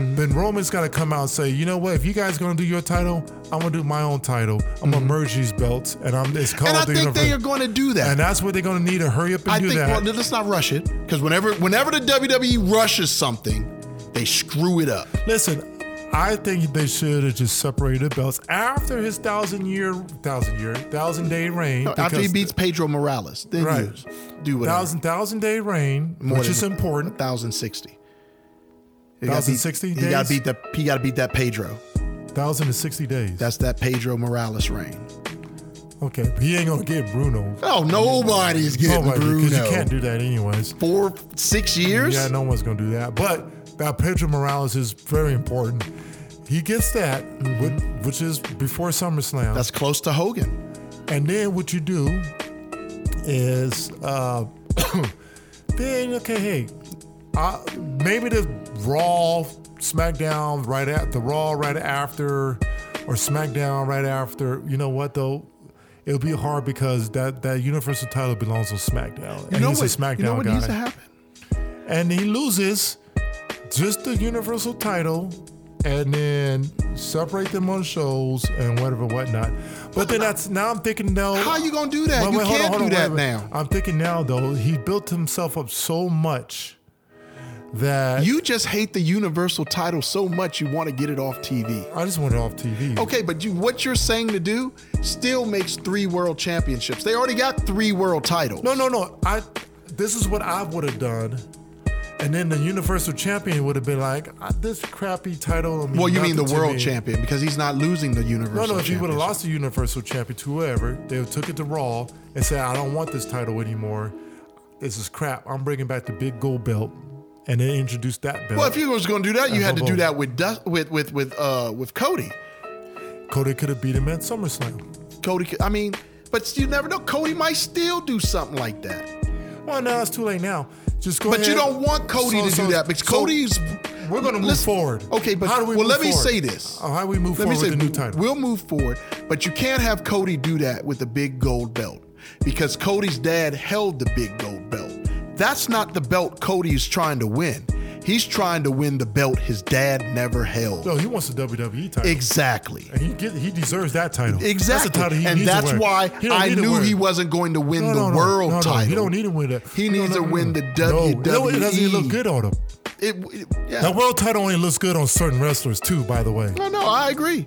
[SPEAKER 1] name, then Roman's got to come out and say, you know what? If you guys gonna do your title, I'm gonna do my own title. I'm gonna merge these belts, and I'm it's called
[SPEAKER 2] Mm-hmm. And
[SPEAKER 1] the
[SPEAKER 2] I think they are
[SPEAKER 1] Universal.
[SPEAKER 2] going to do that.
[SPEAKER 1] And that's what they're gonna need to hurry up and
[SPEAKER 2] I
[SPEAKER 1] do
[SPEAKER 2] think
[SPEAKER 1] that.
[SPEAKER 2] well, let's not rush it because whenever whenever the WWE rushes something, they screw it up.
[SPEAKER 1] Listen, I think they should have just separated the belts after his thousand year, thousand year, thousand day reign.
[SPEAKER 2] After he
[SPEAKER 1] because
[SPEAKER 2] beats Pedro Morales, then
[SPEAKER 1] Right.
[SPEAKER 2] use do whatever.
[SPEAKER 1] thousand thousand day reign,
[SPEAKER 2] More
[SPEAKER 1] which
[SPEAKER 2] than
[SPEAKER 1] is important.
[SPEAKER 2] 1,060.
[SPEAKER 1] 1,060
[SPEAKER 2] He got
[SPEAKER 1] days?
[SPEAKER 2] beat that. He got to beat that Pedro.
[SPEAKER 1] Thousand to sixty days.
[SPEAKER 2] That's that Pedro Morales reign.
[SPEAKER 1] okay, but he ain't gonna get Bruno.
[SPEAKER 2] Oh, nobody's getting
[SPEAKER 1] Nobody,
[SPEAKER 2] Bruno.
[SPEAKER 1] because you can't do that anyways.
[SPEAKER 2] Four, six years.
[SPEAKER 1] Yeah, no one's gonna do that. But that Pedro Morales is very important. He gets that, whi- which is before SummerSlam.
[SPEAKER 2] That's close to Hogan.
[SPEAKER 1] and then what you do is, uh, then okay, hey, I, maybe the Raw, SmackDown right at the Raw right after, or SmackDown right after. You know what though? It'll be hard because that, that Universal title belongs on SmackDown. and
[SPEAKER 2] You know
[SPEAKER 1] he's
[SPEAKER 2] what?
[SPEAKER 1] a SmackDown
[SPEAKER 2] you know what
[SPEAKER 1] guy
[SPEAKER 2] needs to happen?
[SPEAKER 1] and he loses just the universal title and then separate them on shows and whatever, whatnot. But then that's now I'm thinking now.
[SPEAKER 2] How you gonna do that? You can't do that now.
[SPEAKER 1] I'm thinking now though he built himself up so much that
[SPEAKER 2] You just hate the universal title so much you want to get it off TV.
[SPEAKER 1] I just want it off TV.
[SPEAKER 2] Okay, but you what you're saying to do still makes three world championships. They already got three world titles.
[SPEAKER 1] No, no, no. I. This is what I would have done, and then the Universal Champion would have been like, "Ah, "This crappy title." means
[SPEAKER 2] Well, you mean the
[SPEAKER 1] nothing to
[SPEAKER 2] world
[SPEAKER 1] me."
[SPEAKER 2] champion because he's not losing the
[SPEAKER 1] No,
[SPEAKER 2] universal.
[SPEAKER 1] no. If you would have
[SPEAKER 2] championship.
[SPEAKER 1] lost the Universal Champion to whoever, they would took it to Raw and said, "I don't want this title anymore. This is crap. I'm bringing back the big gold belt." And then introduce that belt.
[SPEAKER 2] Well, if you was going to do that, you
[SPEAKER 1] Uh,
[SPEAKER 2] had to
[SPEAKER 1] hold
[SPEAKER 2] do
[SPEAKER 1] on.
[SPEAKER 2] that with Dust, with with with uh with Cody.
[SPEAKER 1] Cody could have beat him at SummerSlam.
[SPEAKER 2] Cody, I mean, but you never know. Cody might still do something like that.
[SPEAKER 1] Well, now it's too late now. Just go.
[SPEAKER 2] But you
[SPEAKER 1] ahead.
[SPEAKER 2] don't want Cody
[SPEAKER 1] So-
[SPEAKER 2] to
[SPEAKER 1] so-
[SPEAKER 2] do that because
[SPEAKER 1] so
[SPEAKER 2] Cody's.
[SPEAKER 1] We're going to move
[SPEAKER 2] Listen-
[SPEAKER 1] forward.
[SPEAKER 2] Okay, but
[SPEAKER 1] how do we
[SPEAKER 2] well,
[SPEAKER 1] move
[SPEAKER 2] let me
[SPEAKER 1] forward?
[SPEAKER 2] say this.
[SPEAKER 1] Uh, How do we move
[SPEAKER 2] Let me
[SPEAKER 1] forward
[SPEAKER 2] say
[SPEAKER 1] with the new title?
[SPEAKER 2] we'll move forward, but you can't have Cody do that with the big gold belt because Cody's dad held the big gold belt. That's not the belt Cody is trying to win. He's trying to win the belt his dad never held.
[SPEAKER 1] No, he wants the WWE title.
[SPEAKER 2] Exactly.
[SPEAKER 1] And he get, he deserves that title.
[SPEAKER 2] Exactly.
[SPEAKER 1] That's the title he
[SPEAKER 2] and
[SPEAKER 1] needs
[SPEAKER 2] that's
[SPEAKER 1] to wear.
[SPEAKER 2] why
[SPEAKER 1] He don't
[SPEAKER 2] I
[SPEAKER 1] need to
[SPEAKER 2] knew
[SPEAKER 1] wear
[SPEAKER 2] he
[SPEAKER 1] it.
[SPEAKER 2] wasn't going to win
[SPEAKER 1] No, no,
[SPEAKER 2] the
[SPEAKER 1] no,
[SPEAKER 2] world
[SPEAKER 1] no, no,
[SPEAKER 2] title.
[SPEAKER 1] He don't need to win that.
[SPEAKER 2] He needs to win the E.
[SPEAKER 1] No, it doesn't even
[SPEAKER 2] WWE.
[SPEAKER 1] look good on him.
[SPEAKER 2] It, it, yeah.
[SPEAKER 1] That world title only looks good on certain wrestlers too. By the way,
[SPEAKER 2] No, no, I agree.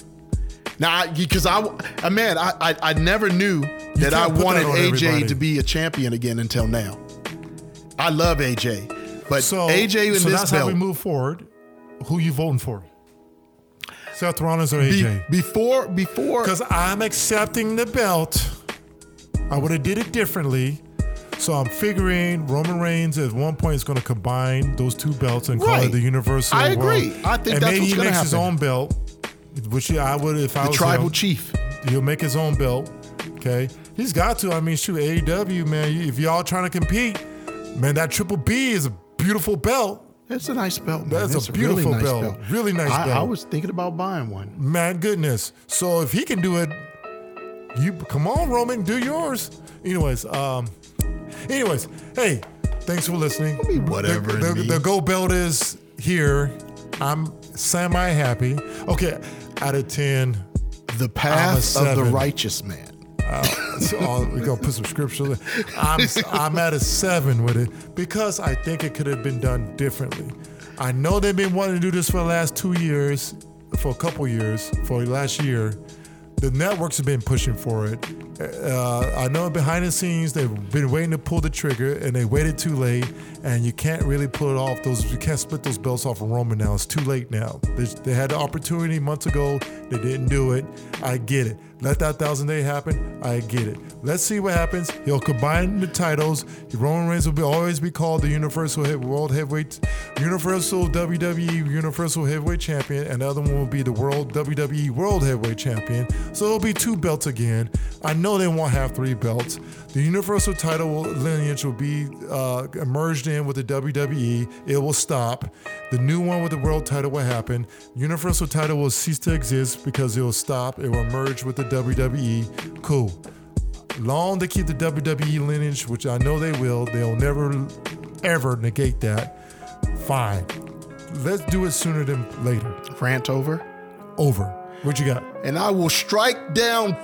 [SPEAKER 2] Now, because I, I, man, I, I, I never knew that
[SPEAKER 1] can't
[SPEAKER 2] I
[SPEAKER 1] put that
[SPEAKER 2] wanted
[SPEAKER 1] on
[SPEAKER 2] AJ
[SPEAKER 1] everybody.
[SPEAKER 2] to be a champion again until now. I love AJ, but
[SPEAKER 1] so
[SPEAKER 2] AJ in
[SPEAKER 1] so
[SPEAKER 2] this
[SPEAKER 1] that's how we
[SPEAKER 2] belt
[SPEAKER 1] move forward. Who you voting for? Seth Rollins or
[SPEAKER 2] be-
[SPEAKER 1] AJ?
[SPEAKER 2] before before
[SPEAKER 1] Because I'm accepting the belt. I would have did it differently. So I'm figuring Roman Reigns at one point is going to combine those two belts and call
[SPEAKER 2] Right.
[SPEAKER 1] it the Universal.
[SPEAKER 2] I
[SPEAKER 1] World.
[SPEAKER 2] agree. I think
[SPEAKER 1] and
[SPEAKER 2] that's
[SPEAKER 1] maybe
[SPEAKER 2] what's
[SPEAKER 1] he
[SPEAKER 2] gonna
[SPEAKER 1] makes his
[SPEAKER 2] happen.
[SPEAKER 1] own belt, which I would if I
[SPEAKER 2] the
[SPEAKER 1] was
[SPEAKER 2] tribal
[SPEAKER 1] him,
[SPEAKER 2] chief.
[SPEAKER 1] He'll make his own belt. Okay, he's got to. I mean, shoot, AEW man. If y'all trying to compete, man, that Triple B is a beautiful belt.
[SPEAKER 2] That's a nice belt. Man.
[SPEAKER 1] That's a beautiful belt. Really nice
[SPEAKER 2] I, I
[SPEAKER 1] belt.
[SPEAKER 2] was thinking about buying one.
[SPEAKER 1] Man, goodness. So if he can do it, you come on, Roman, do yours. Anyways, um, anyways, hey, thanks for listening.
[SPEAKER 2] mean, whatever it
[SPEAKER 1] The, the,
[SPEAKER 2] means.
[SPEAKER 1] the gold belt is here. I'm semi happy. Okay, out of ten,
[SPEAKER 2] The path of the
[SPEAKER 1] seven.
[SPEAKER 2] righteous man.
[SPEAKER 1] so all- we gonna put some scripture. there. I'm I'm at a seven with it because I think it could have been done differently. I know they've been wanting to do this for the last two years, for a couple years, for last year. The networks have been pushing for it. Uh, I know behind the scenes they've been waiting to pull the trigger, and they waited too late. And you can't really pull it off. Those you can't split those belts off of Roman now. It's too late now. They, they had the opportunity months ago. They didn't do it. I get it. Let that thousand day happen. I get it. Let's see what happens. He'll combine the titles. Roman Reigns will be, always be called the Universal Head- World Heavyweight, Universal WWE Universal Heavyweight Champion, and the other one will be the World WWE World Heavyweight Champion. So it'll be two belts again. I know they won't have three belts. The Universal title will- lineage will be uh, merged in with the WWE. It will stop. The new one with the world title will happen. Universal title will cease to exist because it will stop. It will merge with the WWE. Cool. Long to keep the WWE lineage, which I know they will. They'll never, ever negate that. Fine. Let's do it sooner than later.
[SPEAKER 2] Rant over.
[SPEAKER 1] Over. What you got?
[SPEAKER 2] and I will strike down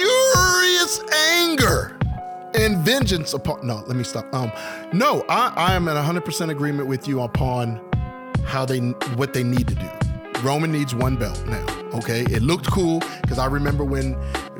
[SPEAKER 2] furious anger and vengeance upon. No, let me stop. Um, no, I, I am in 100% agreement with you upon how they what they need to do. Roman needs one belt now. Okay, it looked cool because I remember when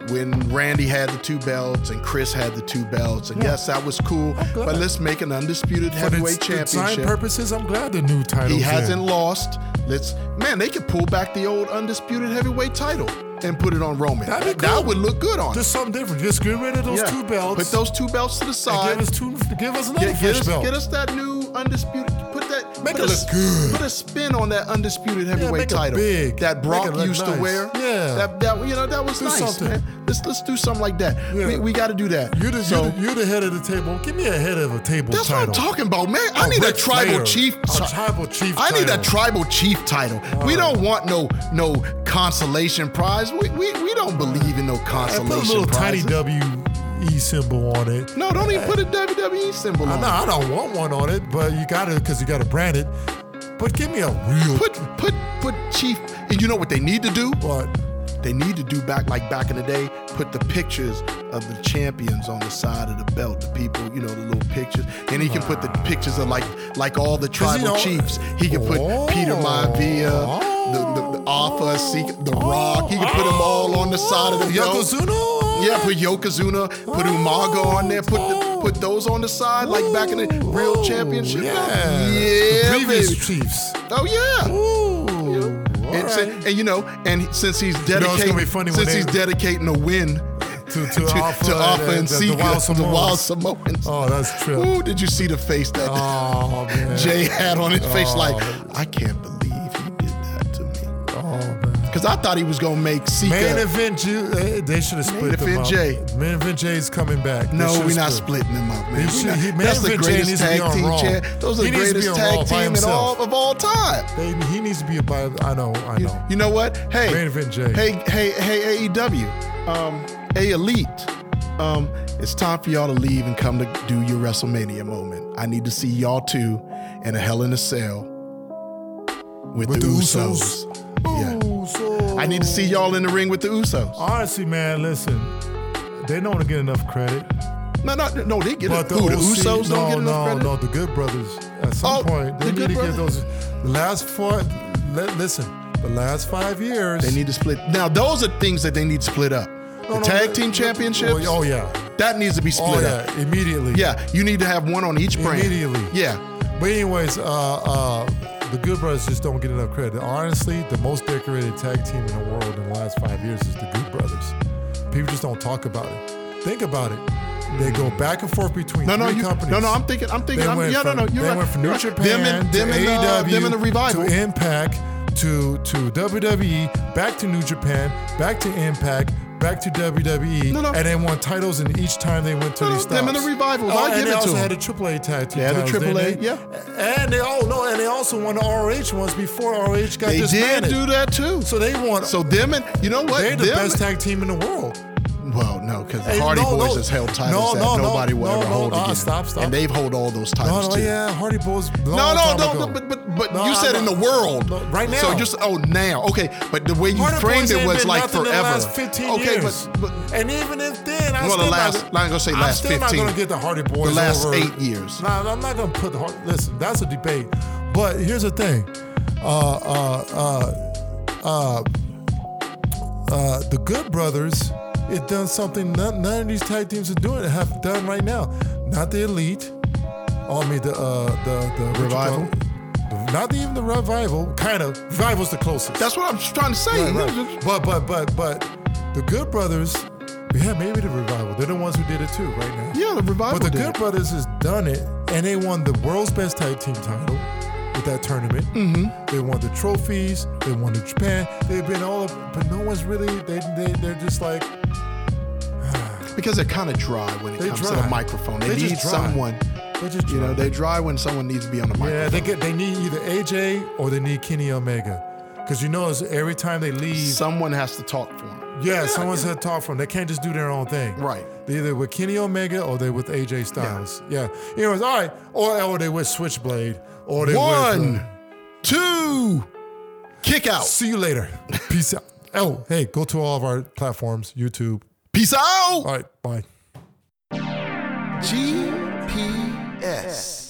[SPEAKER 2] when Randy had the two belts and Chris had the two belts, and yes, that was cool.
[SPEAKER 1] glad.
[SPEAKER 2] But let's make an undisputed
[SPEAKER 1] For the-
[SPEAKER 2] heavyweight
[SPEAKER 1] the design
[SPEAKER 2] championship.
[SPEAKER 1] purposes, I'm glad the new title.
[SPEAKER 2] He hasn't lost. Let's man, they could pull back the old undisputed heavyweight title and put it on Roman.
[SPEAKER 1] That'd be
[SPEAKER 2] That
[SPEAKER 1] cool.
[SPEAKER 2] would look good on.
[SPEAKER 1] Just something different. Just get rid of those
[SPEAKER 2] Yeah.
[SPEAKER 1] two belts.
[SPEAKER 2] Put those two belts to the
[SPEAKER 1] and
[SPEAKER 2] side.
[SPEAKER 1] give us two. Give us another
[SPEAKER 2] Get, get
[SPEAKER 1] fresh
[SPEAKER 2] us,
[SPEAKER 1] belt.
[SPEAKER 2] get us that new undisputed. Put that.
[SPEAKER 1] Make
[SPEAKER 2] put
[SPEAKER 1] it
[SPEAKER 2] a,
[SPEAKER 1] look
[SPEAKER 2] s-
[SPEAKER 1] good.
[SPEAKER 2] Put a spin on that undisputed
[SPEAKER 1] make
[SPEAKER 2] heavyweight
[SPEAKER 1] it
[SPEAKER 2] title
[SPEAKER 1] big.
[SPEAKER 2] that
[SPEAKER 1] Make
[SPEAKER 2] Brock
[SPEAKER 1] it look
[SPEAKER 2] used to
[SPEAKER 1] nice.
[SPEAKER 2] wear.
[SPEAKER 1] Yeah.
[SPEAKER 2] That, that you know that was
[SPEAKER 1] Do
[SPEAKER 2] nice,
[SPEAKER 1] something.
[SPEAKER 2] man. Let's let's do something like that.
[SPEAKER 1] Yeah.
[SPEAKER 2] We, we got to do that.
[SPEAKER 1] You're the,
[SPEAKER 2] so,
[SPEAKER 1] you're, the, you're the head of the table. Give me a head of a table
[SPEAKER 2] that's
[SPEAKER 1] title.
[SPEAKER 2] what I'm talking about, man. I
[SPEAKER 1] A
[SPEAKER 2] need a
[SPEAKER 1] Ric
[SPEAKER 2] tribal
[SPEAKER 1] Flair.
[SPEAKER 2] chief.
[SPEAKER 1] A tribal chief
[SPEAKER 2] I need a
[SPEAKER 1] title.
[SPEAKER 2] tribal chief title. We don't want no no consolation prize. We we, we don't believe in no
[SPEAKER 1] And put a
[SPEAKER 2] consolation
[SPEAKER 1] little tiny
[SPEAKER 2] prize.
[SPEAKER 1] WE symbol on it.
[SPEAKER 2] no, don't even put a WWE symbol
[SPEAKER 1] I
[SPEAKER 2] on.
[SPEAKER 1] know I don't want one on it, but you got to because you got to brand it. But give me a real
[SPEAKER 2] Put put put Chief. And you know what they need to do?
[SPEAKER 1] what?
[SPEAKER 2] They need to do back like back in the day. Put the pictures of the champions on the side of the belt. The people, you know, the little pictures. And he can put the pictures of like like all the tribal
[SPEAKER 1] know-
[SPEAKER 2] chiefs. He can put Peter
[SPEAKER 1] Oh.
[SPEAKER 2] Maivia, the the, the Alpha, Seek, the Rock. He can put them all on the side
[SPEAKER 1] Oh,
[SPEAKER 2] of the belt.
[SPEAKER 1] Yokozuna.
[SPEAKER 2] Yeah, put Yokozuna, put Umaga on there, put the, put those on the side like back in the real
[SPEAKER 1] Ooh,
[SPEAKER 2] championship.
[SPEAKER 1] Oh. Yeah.
[SPEAKER 2] belt.
[SPEAKER 1] The
[SPEAKER 2] yeah,
[SPEAKER 1] previous
[SPEAKER 2] baby.
[SPEAKER 1] Chiefs.
[SPEAKER 2] Oh yeah.
[SPEAKER 1] Ooh. all
[SPEAKER 2] And, si-
[SPEAKER 1] right.
[SPEAKER 2] and you know, and since he's
[SPEAKER 1] gonna
[SPEAKER 2] dedicating,
[SPEAKER 1] be funny when
[SPEAKER 2] since
[SPEAKER 1] they-
[SPEAKER 2] he's dedicating a win
[SPEAKER 1] To,
[SPEAKER 2] to,
[SPEAKER 1] to,
[SPEAKER 2] to
[SPEAKER 1] Alpha,
[SPEAKER 2] Alpha and,
[SPEAKER 1] the, the,
[SPEAKER 2] Sika,
[SPEAKER 1] the Wild
[SPEAKER 2] the Wild
[SPEAKER 1] Samoans.
[SPEAKER 2] Samoans.
[SPEAKER 1] Oh, that's true.
[SPEAKER 2] Ooh, did you see the face that
[SPEAKER 1] Oh, man.
[SPEAKER 2] Jay had on his face?
[SPEAKER 1] Oh.
[SPEAKER 2] Like, I can't believe he did that to me.
[SPEAKER 1] Oh, man.
[SPEAKER 2] Because I thought he was gonna make Sika.
[SPEAKER 1] Main event, Ju- eh, they should have split them
[SPEAKER 2] event
[SPEAKER 1] up.
[SPEAKER 2] Jay.
[SPEAKER 1] Main event Jay is coming back. They
[SPEAKER 2] no,
[SPEAKER 1] should've
[SPEAKER 2] we're not
[SPEAKER 1] split.
[SPEAKER 2] splitting them up, man.
[SPEAKER 1] He
[SPEAKER 2] We're
[SPEAKER 1] should-
[SPEAKER 2] not-
[SPEAKER 1] he- man,
[SPEAKER 2] that's the
[SPEAKER 1] Vince Jay
[SPEAKER 2] greatest
[SPEAKER 1] needs to be
[SPEAKER 2] tag
[SPEAKER 1] on
[SPEAKER 2] team.
[SPEAKER 1] Raw.
[SPEAKER 2] cha- Those are
[SPEAKER 1] He
[SPEAKER 2] the
[SPEAKER 1] needs to be
[SPEAKER 2] greatest
[SPEAKER 1] on Raw by
[SPEAKER 2] tag team in all,
[SPEAKER 1] himself.
[SPEAKER 2] of all time.
[SPEAKER 1] They, he needs to be a by. I know, I know.
[SPEAKER 2] You know what? Hey,
[SPEAKER 1] Main event, Jay.
[SPEAKER 2] hey, hey, hey, AEW, um, A Elite, um, it's time for y'all to leave and come to do your WrestleMania moment. I need to see y'all two in a Hell in a Cell with,
[SPEAKER 1] With
[SPEAKER 2] the,
[SPEAKER 1] the
[SPEAKER 2] Usos. Yeah.
[SPEAKER 1] Ooh, so-
[SPEAKER 2] I need to see y'all in the ring with the Usos.
[SPEAKER 1] Honestly, man, listen, they don't get enough credit.
[SPEAKER 2] No, no, no, they get
[SPEAKER 1] But
[SPEAKER 2] it.
[SPEAKER 1] the,
[SPEAKER 2] Who, the
[SPEAKER 1] OC
[SPEAKER 2] Usos
[SPEAKER 1] no,
[SPEAKER 2] don't
[SPEAKER 1] no,
[SPEAKER 2] get enough credit?
[SPEAKER 1] no, the Good Brothers. At some
[SPEAKER 2] Oh,
[SPEAKER 1] point, they
[SPEAKER 2] the
[SPEAKER 1] need
[SPEAKER 2] Good
[SPEAKER 1] to get
[SPEAKER 2] Brothers.
[SPEAKER 1] those. The last four. Li- listen, the last five years.
[SPEAKER 2] They need to split. Now, those are things that they need to split up.
[SPEAKER 1] No,
[SPEAKER 2] the
[SPEAKER 1] no,
[SPEAKER 2] tag
[SPEAKER 1] no,
[SPEAKER 2] team
[SPEAKER 1] no,
[SPEAKER 2] championships,
[SPEAKER 1] Oh, yeah.
[SPEAKER 2] that needs to be
[SPEAKER 1] Oh
[SPEAKER 2] split up.
[SPEAKER 1] yeah. Immediately.
[SPEAKER 2] Yeah, you need to have one on each brand.
[SPEAKER 1] Immediately.
[SPEAKER 2] Yeah.
[SPEAKER 1] But anyways, uh, uh, the Good Brothers just don't get enough credit. Honestly, the most decorated tag team in the world in the last five years is the Good Brothers. People just don't talk about it. Think about it. They go back and forth between
[SPEAKER 2] No, no,
[SPEAKER 1] three
[SPEAKER 2] you,
[SPEAKER 1] companies.
[SPEAKER 2] no, no. I'm thinking. I'm thinking.
[SPEAKER 1] They
[SPEAKER 2] I'm,
[SPEAKER 1] went
[SPEAKER 2] yeah,
[SPEAKER 1] from,
[SPEAKER 2] no, no. You're
[SPEAKER 1] they
[SPEAKER 2] right.
[SPEAKER 1] went from New
[SPEAKER 2] Right.
[SPEAKER 1] Japan
[SPEAKER 2] them and, them
[SPEAKER 1] to
[SPEAKER 2] and, uh,
[SPEAKER 1] AEW,
[SPEAKER 2] them and the revival.
[SPEAKER 1] to Impact, to to WWE, back to New Japan, back to Impact, back to WWE,
[SPEAKER 2] No, no.
[SPEAKER 1] and they won titles in each time they went to
[SPEAKER 2] No, no,
[SPEAKER 1] these stops.
[SPEAKER 2] them and the revivals.
[SPEAKER 1] Oh,
[SPEAKER 2] I'll
[SPEAKER 1] and
[SPEAKER 2] give
[SPEAKER 1] they
[SPEAKER 2] it to
[SPEAKER 1] also
[SPEAKER 2] them.
[SPEAKER 1] had a AAA tag team.
[SPEAKER 2] They had a
[SPEAKER 1] titles, didn't
[SPEAKER 2] AAA,
[SPEAKER 1] they?
[SPEAKER 2] yeah.
[SPEAKER 1] And they oh no, and they also won the ROH ones before ROH got
[SPEAKER 2] They did
[SPEAKER 1] disbanded.
[SPEAKER 2] do that too. So,
[SPEAKER 1] So they won.
[SPEAKER 2] so them and you know what?
[SPEAKER 1] they're the
[SPEAKER 2] them,
[SPEAKER 1] best tag team in the world.
[SPEAKER 2] Well, no, because the
[SPEAKER 1] Hey,
[SPEAKER 2] Hardy
[SPEAKER 1] no,
[SPEAKER 2] Boys
[SPEAKER 1] no.
[SPEAKER 2] has held titles
[SPEAKER 1] No,
[SPEAKER 2] that
[SPEAKER 1] no, no,
[SPEAKER 2] nobody will
[SPEAKER 1] no,
[SPEAKER 2] ever
[SPEAKER 1] no,
[SPEAKER 2] hold
[SPEAKER 1] uh,
[SPEAKER 2] again.
[SPEAKER 1] stop, stop.
[SPEAKER 2] And they've held all those
[SPEAKER 1] No,
[SPEAKER 2] titles
[SPEAKER 1] no,
[SPEAKER 2] too.
[SPEAKER 1] Oh, yeah, Hardy Boys. long
[SPEAKER 2] No, no,
[SPEAKER 1] time
[SPEAKER 2] no,
[SPEAKER 1] ago.
[SPEAKER 2] no, but but, but
[SPEAKER 1] No,
[SPEAKER 2] you
[SPEAKER 1] I
[SPEAKER 2] said
[SPEAKER 1] know.
[SPEAKER 2] in the world,
[SPEAKER 1] No, right now.
[SPEAKER 2] So just oh now, okay. But the way you
[SPEAKER 1] Harder
[SPEAKER 2] framed
[SPEAKER 1] Boys
[SPEAKER 2] it
[SPEAKER 1] ain't
[SPEAKER 2] was
[SPEAKER 1] been
[SPEAKER 2] like
[SPEAKER 1] nothing in
[SPEAKER 2] forever.
[SPEAKER 1] The last 15
[SPEAKER 2] okay,
[SPEAKER 1] years.
[SPEAKER 2] but, but
[SPEAKER 1] and even if then, I
[SPEAKER 2] Well, the
[SPEAKER 1] still
[SPEAKER 2] last-
[SPEAKER 1] not,
[SPEAKER 2] not gonna say last
[SPEAKER 1] I'm still
[SPEAKER 2] 15.
[SPEAKER 1] not gonna get the Hardy Boys.
[SPEAKER 2] last
[SPEAKER 1] over-
[SPEAKER 2] eight years.
[SPEAKER 1] Nah, I'm not gonna put the Hardy. Listen, that's a debate. But here's the thing. Uh, uh, uh, uh, uh, the Good Brothers, it done something none, none of these tag teams are doing have done right now. Not the Elite. Oh, I mean the uh, the the what you call
[SPEAKER 2] Revival?
[SPEAKER 1] it? Not even the revival. Kind of revival's the closest.
[SPEAKER 2] that's what I'm trying to say.
[SPEAKER 1] Right, right. But but but but the Good Brothers, yeah, maybe the revival. They're the ones who did it too, right now.
[SPEAKER 2] Yeah, the revival.
[SPEAKER 1] But the
[SPEAKER 2] did
[SPEAKER 1] Good
[SPEAKER 2] it.
[SPEAKER 1] Brothers has done it, and they won the world's best tag team title with that tournament. Mm-hmm. They won the trophies. They won to Japan. They've been all, up, but no one's really. They they they are just like
[SPEAKER 2] because they're kind of dry when it
[SPEAKER 1] They
[SPEAKER 2] comes to
[SPEAKER 1] dry.
[SPEAKER 2] the microphone. They,
[SPEAKER 1] They just
[SPEAKER 2] need
[SPEAKER 1] dry.
[SPEAKER 2] someone.
[SPEAKER 1] they just
[SPEAKER 2] You know,
[SPEAKER 1] trying.
[SPEAKER 2] they're dry when someone needs to be on the microphone.
[SPEAKER 1] yeah they get they need either AJ or they need Kenny Omega, because you notice every time they leave.
[SPEAKER 2] someone has to talk for them.
[SPEAKER 1] Yeah, someone's had talk from. They can't just do their own thing.
[SPEAKER 2] Right.
[SPEAKER 1] They're either with Kenny Omega or they with AJ Styles. Yeah. Anyways, all right. Or or they with Switchblade. Or they With,
[SPEAKER 2] One,
[SPEAKER 1] uh,
[SPEAKER 2] two, kick out.
[SPEAKER 1] see you later. Peace out. Oh, hey, go to all of our platforms, YouTube.
[SPEAKER 2] Peace
[SPEAKER 1] All
[SPEAKER 2] out.
[SPEAKER 1] right, bye.
[SPEAKER 2] GPS.